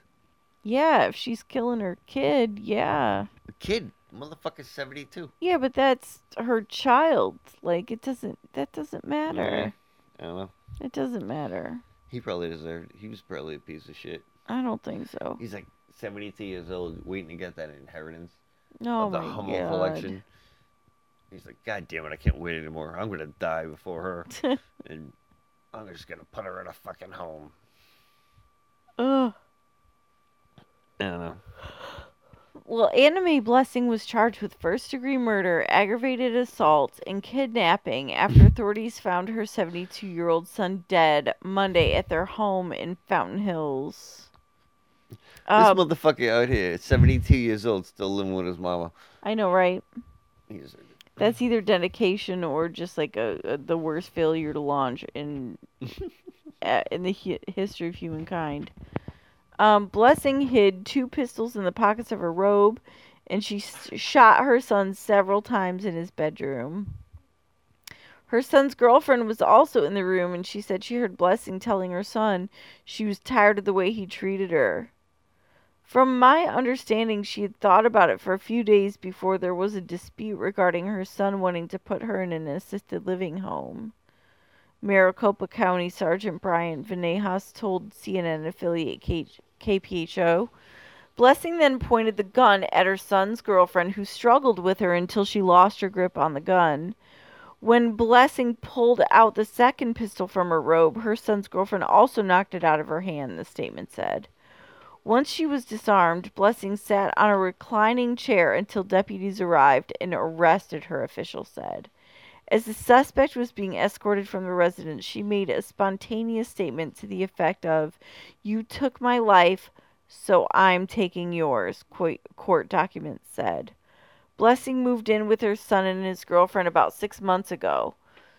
Speaker 1: Yeah, if she's killing her kid, yeah.
Speaker 2: A kid, motherfucker's seventy-two.
Speaker 1: Yeah, but that's her child. Like it doesn't that doesn't matter.
Speaker 2: I don't know.
Speaker 1: It doesn't matter.
Speaker 2: He probably deserved. He was probably a piece of shit.
Speaker 1: I don't think so.
Speaker 2: He's like 72 years old, waiting to get that inheritance
Speaker 1: No,
Speaker 2: of the
Speaker 1: Oh my
Speaker 2: Hummel
Speaker 1: God.
Speaker 2: collection. He's like, God damn it, I can't wait anymore. I'm gonna die before her, and I'm just gonna put her in a fucking home.
Speaker 1: Ugh.
Speaker 2: I don't know.
Speaker 1: Well, Anime Blessing was charged with first degree murder, aggravated assault, and kidnapping after authorities found her 72 year old son dead Monday at their home in Fountain Hills. Uh,
Speaker 2: this motherfucker out here, 72 years old, still living with his mama.
Speaker 1: I know, right?
Speaker 2: He's like,
Speaker 1: That's either dedication or just like a, a the worst failure to launch in uh, in the hi- history of humankind. Um, Blessing hid two pistols in the pockets of her robe, and she s- shot her son several times in his bedroom. Her son's girlfriend was also in the room, and she said she heard Blessing telling her son she was tired of the way he treated her. From my understanding, she had thought about it for a few days before there was a dispute regarding her son wanting to put her in an assisted living home. Maricopa County Sergeant Brian Venejas told CNN affiliate K- KPHO. Blessing then pointed the gun at her son's girlfriend, who struggled with her until she lost her grip on the gun. When Blessing pulled out the second pistol from her robe, her son's girlfriend also knocked it out of her hand, the statement said. Once she was disarmed, Blessing sat on a reclining chair until deputies arrived and arrested her, officials said. As the suspect was being escorted from the residence, she made a spontaneous statement to the effect of, You took my life, so I'm taking yours, qu- court documents said. Blessing moved in with her son and his girlfriend about six months ago.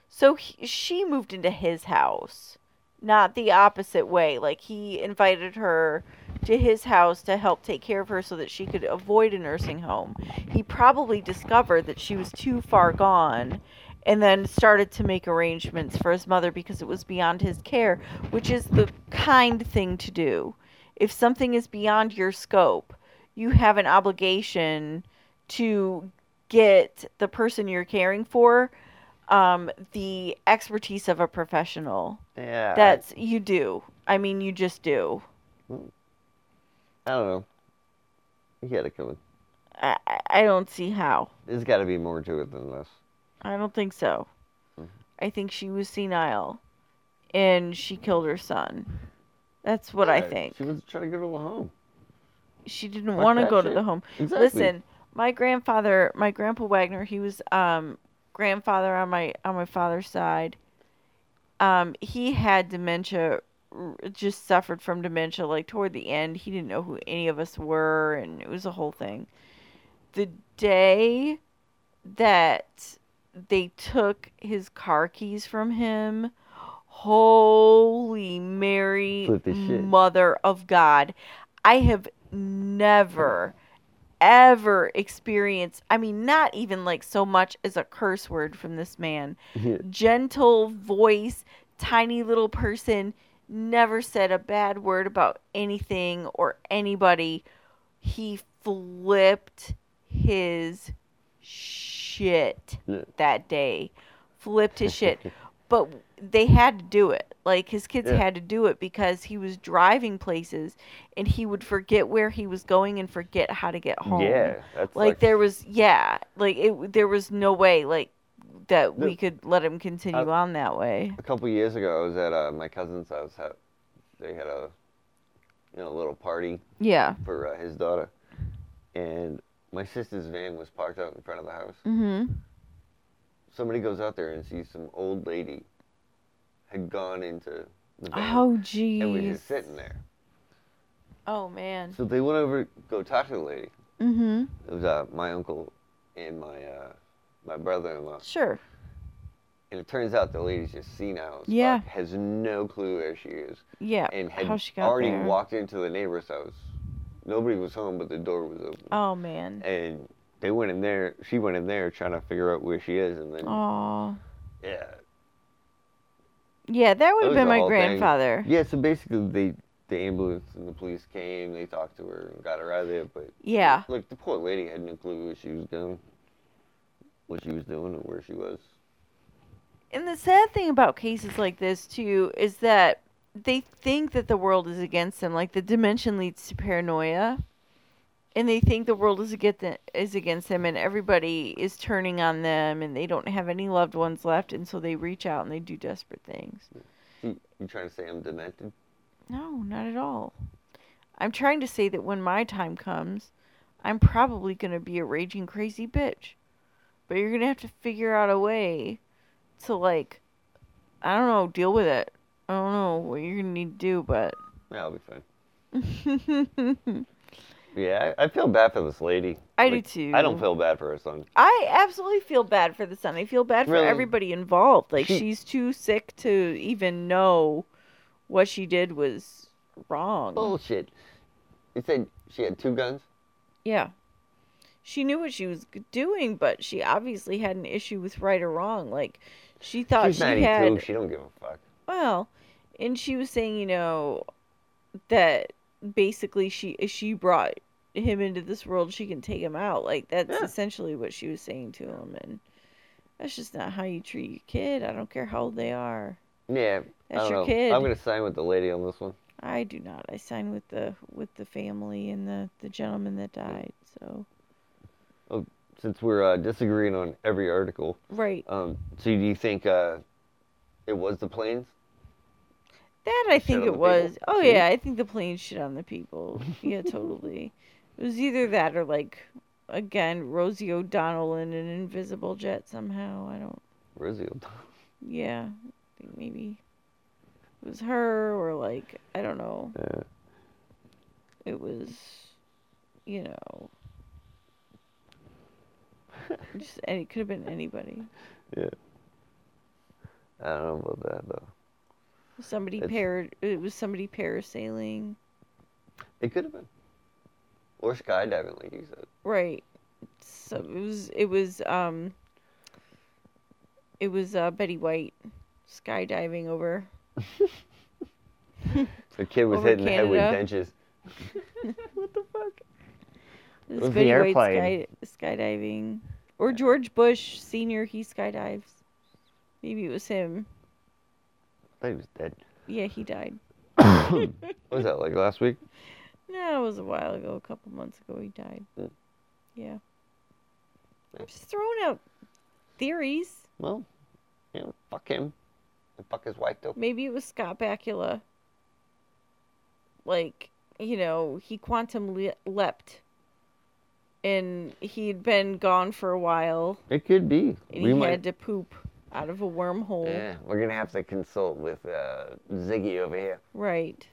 Speaker 1: So he, she moved into his house, not the opposite way. Like he invited her to his house to help take care of her so that she could avoid a nursing home. He probably discovered that she was too far gone and then started to make arrangements for his mother because it was beyond his care, which is the kind thing to do. If something is beyond your scope, you have an obligation to get the person you're caring for um, the expertise of a professional.
Speaker 2: yeah.
Speaker 1: That's you do. I mean, you just do.
Speaker 2: I don't know. You gotta come in.
Speaker 1: I, I- I don't see how.
Speaker 2: There's gotta be more to it than this.
Speaker 1: I don't think so.
Speaker 2: Mhm.
Speaker 1: I think she was senile and she killed her son. That's what I
Speaker 2: Yeah,
Speaker 1: think.
Speaker 2: She was trying to go to a home.
Speaker 1: She didn't
Speaker 2: Fuck
Speaker 1: want to
Speaker 2: that
Speaker 1: go to
Speaker 2: shit.
Speaker 1: the home.
Speaker 2: Exactly.
Speaker 1: Listen, my grandfather, my grandpa Wagner, he was um grandfather on my on my father's side. Um, he had dementia, r- just suffered from dementia. Like toward the end, he didn't know who any of us were, and it was a whole thing. The day that they took his car keys from him, holy Mary,
Speaker 2: Flip his shit.
Speaker 1: Mother of God, I have never ever experience i mean not even like so much as a curse word from this man
Speaker 2: Yeah.
Speaker 1: gentle voice tiny little person never said a bad word about anything or anybody he flipped his shit
Speaker 2: Yeah.
Speaker 1: that day flipped his shit but they had to do it. Like his kids
Speaker 2: Yeah.
Speaker 1: had to do it because he was driving places and he would forget where he was going and forget how to get home.
Speaker 2: Yeah. That's
Speaker 1: Like there was yeah, like it there was no way like that we
Speaker 2: The-
Speaker 1: could let him continue
Speaker 2: Uh,
Speaker 1: on that way.
Speaker 2: a couple years ago, I was at uh, my cousin's house. Had, they had a you know little party
Speaker 1: Yeah.
Speaker 2: for uh, his daughter, and my sister's van was parked out in front of the house.
Speaker 1: Mhm.
Speaker 2: Somebody goes out there and sees some old lady had gone into the van
Speaker 1: Oh jeez.
Speaker 2: and was just sitting there.
Speaker 1: Oh man.
Speaker 2: So they went over to go talk to the lady.
Speaker 1: Mhm.
Speaker 2: It was uh, my uncle and my uh, my brother-in-law.
Speaker 1: Sure.
Speaker 2: And it turns out the lady's just senile. as
Speaker 1: Yeah.
Speaker 2: fuck, has no clue where she is.
Speaker 1: Yeah.
Speaker 2: And had
Speaker 1: how she got
Speaker 2: already
Speaker 1: there.
Speaker 2: walked into the neighbor's house. Nobody was home, but the door was open.
Speaker 1: Oh man.
Speaker 2: And they went in there. She went in there trying to figure out where she is. And then,
Speaker 1: Oh.
Speaker 2: yeah.
Speaker 1: Yeah, that would
Speaker 2: That
Speaker 1: have
Speaker 2: was
Speaker 1: been
Speaker 2: the
Speaker 1: my
Speaker 2: whole thing.
Speaker 1: grandfather.
Speaker 2: Yeah, so basically, they, the ambulance and the police came. They talked to her and got her out of there. But,
Speaker 1: Yeah.
Speaker 2: like, the poor lady had no clue where she was going, what she was doing, or where she was.
Speaker 1: and the sad thing about cases like this too is that they think that the world is against them. Like the dimension leads to paranoia, and they think the world is against them, is against them, and everybody is turning on them, and they don't have any loved ones left, and so they reach out and they do desperate things.
Speaker 2: You, you trying to say I'm demented?
Speaker 1: No, not at all. I'm trying to say that when my time comes, I'm probably going to be a raging crazy bitch. But you're going to have to figure out a way to, like, I don't know, deal with it. I don't know what you're going to need to do, but.
Speaker 2: Yeah, I'll be fine. Yeah, I, I feel bad for this lady.
Speaker 1: I
Speaker 2: Like,
Speaker 1: do too.
Speaker 2: I don't feel bad for her son.
Speaker 1: I absolutely feel bad for the son. I feel bad for
Speaker 2: Really?
Speaker 1: everybody involved. Like
Speaker 2: She-
Speaker 1: she's too sick to even know what she did was wrong.
Speaker 2: Bullshit. You said she had two guns.
Speaker 1: Yeah. She knew what she was g- doing, but she obviously had an issue with right or wrong. Like she thought
Speaker 2: She's
Speaker 1: Oh, she
Speaker 2: 92.
Speaker 1: had
Speaker 2: She don't give a fuck.
Speaker 1: well, and she was saying, you know, that basically she if she brought him into this world, she can take him out. Like that's
Speaker 2: Yeah.
Speaker 1: essentially what she was saying to him and that's just not how you treat your kid. I don't care how old they are.
Speaker 2: Yeah, I
Speaker 1: That's
Speaker 2: don't
Speaker 1: your
Speaker 2: know.
Speaker 1: kid.
Speaker 2: I'm gonna sign with the lady on this one.
Speaker 1: I do not. I signed with the with the family and the the gentleman
Speaker 2: Mm.
Speaker 1: that died. So
Speaker 2: Since we're uh, disagreeing on every article,
Speaker 1: right.
Speaker 2: um, so do you think uh, it was the planes?
Speaker 1: That I
Speaker 2: Shit
Speaker 1: think
Speaker 2: on
Speaker 1: it
Speaker 2: the people.
Speaker 1: was. Oh
Speaker 2: See?
Speaker 1: yeah, I think the plane shit on the people. Yeah, totally. it was either that or like again Rosie O'Donnell in an invisible jet somehow. I don't.
Speaker 2: Where's the old?
Speaker 1: Yeah, I think maybe it was her or like I don't know.
Speaker 2: Yeah.
Speaker 1: It was, you know. Just any, it could have been anybody.
Speaker 2: I don't know about that though.
Speaker 1: Somebody
Speaker 2: It's-
Speaker 1: par. It was somebody parasailing.
Speaker 2: It could have been. Or skydiving, like you said.
Speaker 1: Right. So it was it was um it was uh Betty White skydiving over.
Speaker 2: The kid was
Speaker 1: Over
Speaker 2: hitting the head with
Speaker 1: Canada?
Speaker 2: benches. what the fuck?
Speaker 1: It
Speaker 2: was the
Speaker 1: Betty
Speaker 2: airplane.
Speaker 1: White sky, skydiving. Or George Bush senior, he skydives. Maybe it was him.
Speaker 2: I thought he was dead.
Speaker 1: Yeah, he died.
Speaker 2: What was that, like last week?
Speaker 1: No, it was a while ago, a couple months ago he died.
Speaker 2: Hmm.
Speaker 1: Yeah.
Speaker 2: Yeah.
Speaker 1: I'm just throwing out theories.
Speaker 2: Well, you know, fuck him. And fuck his wife, though.
Speaker 1: Maybe it was Scott Bakula. Like, you know, he quantum le- leapt. And he'd been gone for a while.
Speaker 2: It could be.
Speaker 1: And he had to poop out of a wormhole.
Speaker 2: Yeah, we're gonna have to consult with uh, Ziggy over here.
Speaker 1: Right.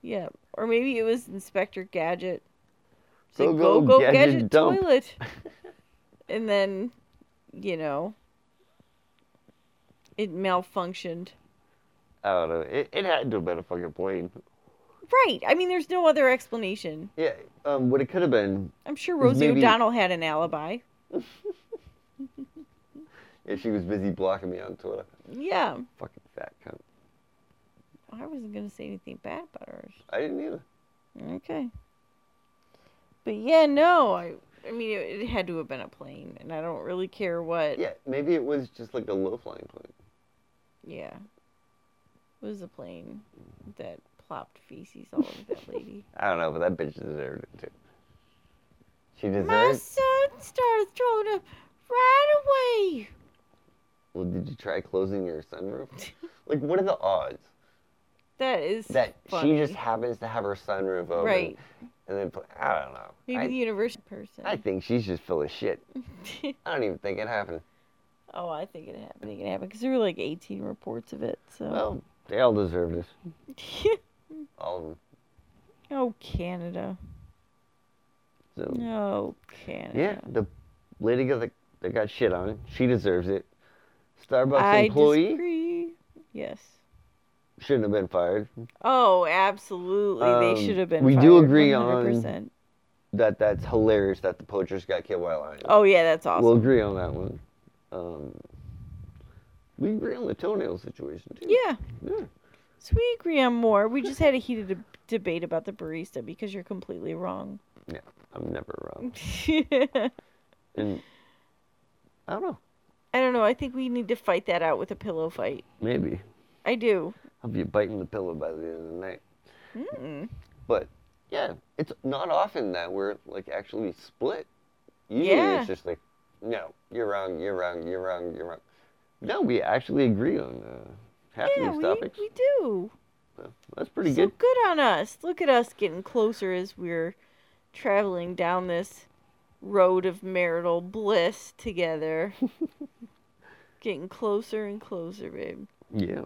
Speaker 1: yeah. Or maybe it was Inspector Gadget. It's like,
Speaker 2: Go, go, gadget dump."
Speaker 1: toilet. and then, you know, it malfunctioned.
Speaker 2: I don't know. It, it had to have been a fucking plane.
Speaker 1: Right. I mean, there's no other explanation.
Speaker 2: Yeah. Um, what it could have been
Speaker 1: I'm sure
Speaker 2: Is
Speaker 1: Rosie
Speaker 2: maybe-
Speaker 1: O'Donnell had an alibi.
Speaker 2: if she was busy blocking me on Twitter.
Speaker 1: Yeah.
Speaker 2: Fucking fat cunt.
Speaker 1: I wasn't going to say anything bad about her.
Speaker 2: I didn't either.
Speaker 1: Okay. But yeah, no. I I mean, it, it had to have been a plane, and I don't really care what.
Speaker 2: Yeah, maybe it was just like a low flying plane.
Speaker 1: Yeah. It was a plane that plopped feces all over that lady.
Speaker 2: I don't know, but that bitch deserved it too. She deserved.
Speaker 1: My son started throwing up right away.
Speaker 2: Well, did you try closing your sunroof? like, what are the odds
Speaker 1: That is
Speaker 2: that
Speaker 1: funny.
Speaker 2: she just happens to have her sunroof open?
Speaker 1: right.
Speaker 2: And then, pl- I don't know.
Speaker 1: Maybe
Speaker 2: I-
Speaker 1: the university person.
Speaker 2: I think she's just full of shit. I don't even think it happened.
Speaker 1: oh, I think it happened. I think it happened because there were like 18 reports of it. So.
Speaker 2: Well, they all deserve this. All of them.
Speaker 1: oh, Canada.
Speaker 2: So,
Speaker 1: Oh,
Speaker 2: yeah,
Speaker 1: Canada.
Speaker 2: the lady got the, that got shit on it. She deserves it. Starbucks
Speaker 1: I
Speaker 2: employee
Speaker 1: disagree. Yes.
Speaker 2: shouldn't have been fired.
Speaker 1: Oh, absolutely.
Speaker 2: Um,
Speaker 1: they should have been.
Speaker 2: we do
Speaker 1: fired,
Speaker 2: agree on-
Speaker 1: 100%.
Speaker 2: That that's hilarious. That the poachers got killed while lying.
Speaker 1: Oh yeah, that's awesome.
Speaker 2: We'll agree on that one. Um, we agree on the toenail situation too.
Speaker 1: yeah.
Speaker 2: Yeah.
Speaker 1: So we agree on more. We just had a heated deb- debate about the barista because you're completely wrong.
Speaker 2: I'm never wrong.
Speaker 1: I
Speaker 2: And I don't know.
Speaker 1: don't know. I think we need to fight that out with a pillow fight.
Speaker 2: Maybe.
Speaker 1: I do.
Speaker 2: I'll be biting the pillow by the end of the night.
Speaker 1: Mm.
Speaker 2: But yeah, it's not often that we're like actually split. Usually
Speaker 1: Yeah.
Speaker 2: it's just like, no, you're wrong, you're wrong, you're wrong, you're wrong. No, we actually agree on uh, half
Speaker 1: Yeah,
Speaker 2: these
Speaker 1: we,
Speaker 2: topics.
Speaker 1: we do.
Speaker 2: That's pretty
Speaker 1: so
Speaker 2: good.
Speaker 1: on us. Look at us getting closer as we're traveling down this road of marital bliss together. getting closer and closer, babe.
Speaker 2: Yeah.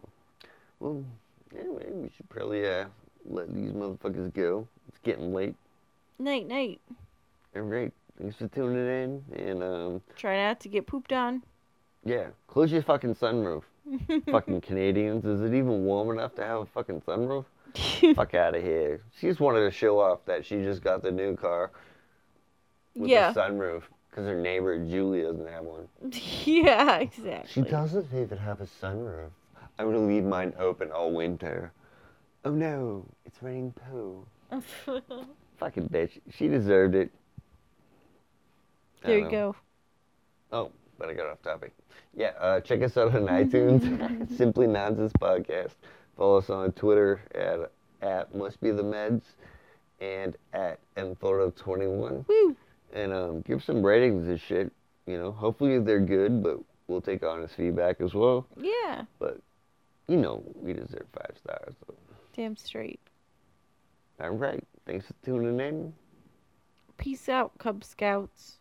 Speaker 2: Well, anyway, we should probably uh, let these motherfuckers go. It's getting late.
Speaker 1: Night, night.
Speaker 2: All right. Thanks for tuning in. And um,
Speaker 1: Try not to get pooped on.
Speaker 2: yeah, close your fucking sunroof. fucking Canadians. Is it even warm enough to have a fucking sunroof? Fuck out of here. She just wanted to show off that she just got the new car with
Speaker 1: yeah.
Speaker 2: the sunroof because her neighbor Julie doesn't have one.
Speaker 1: Yeah, exactly.
Speaker 2: She doesn't even have a sunroof. I'm gonna leave mine open all winter. Oh no, it's raining poo. Fucking bitch. She deserved it. I
Speaker 1: there you
Speaker 2: don't know.
Speaker 1: go.
Speaker 2: Oh, but I got off topic. Yeah, uh, check us out on iTunes, Simply Nonsense Podcast. Follow us on Twitter at, at Must Be the Meds and at mphoto21.
Speaker 1: Woo.
Speaker 2: And um, give some ratings and shit. You know, hopefully they're good, but we'll take honest feedback as well.
Speaker 1: Yeah.
Speaker 2: But, you know, we deserve five stars. So.
Speaker 1: Damn straight.
Speaker 2: All right. Thanks for tuning in.
Speaker 1: Peace out, Cub Scouts.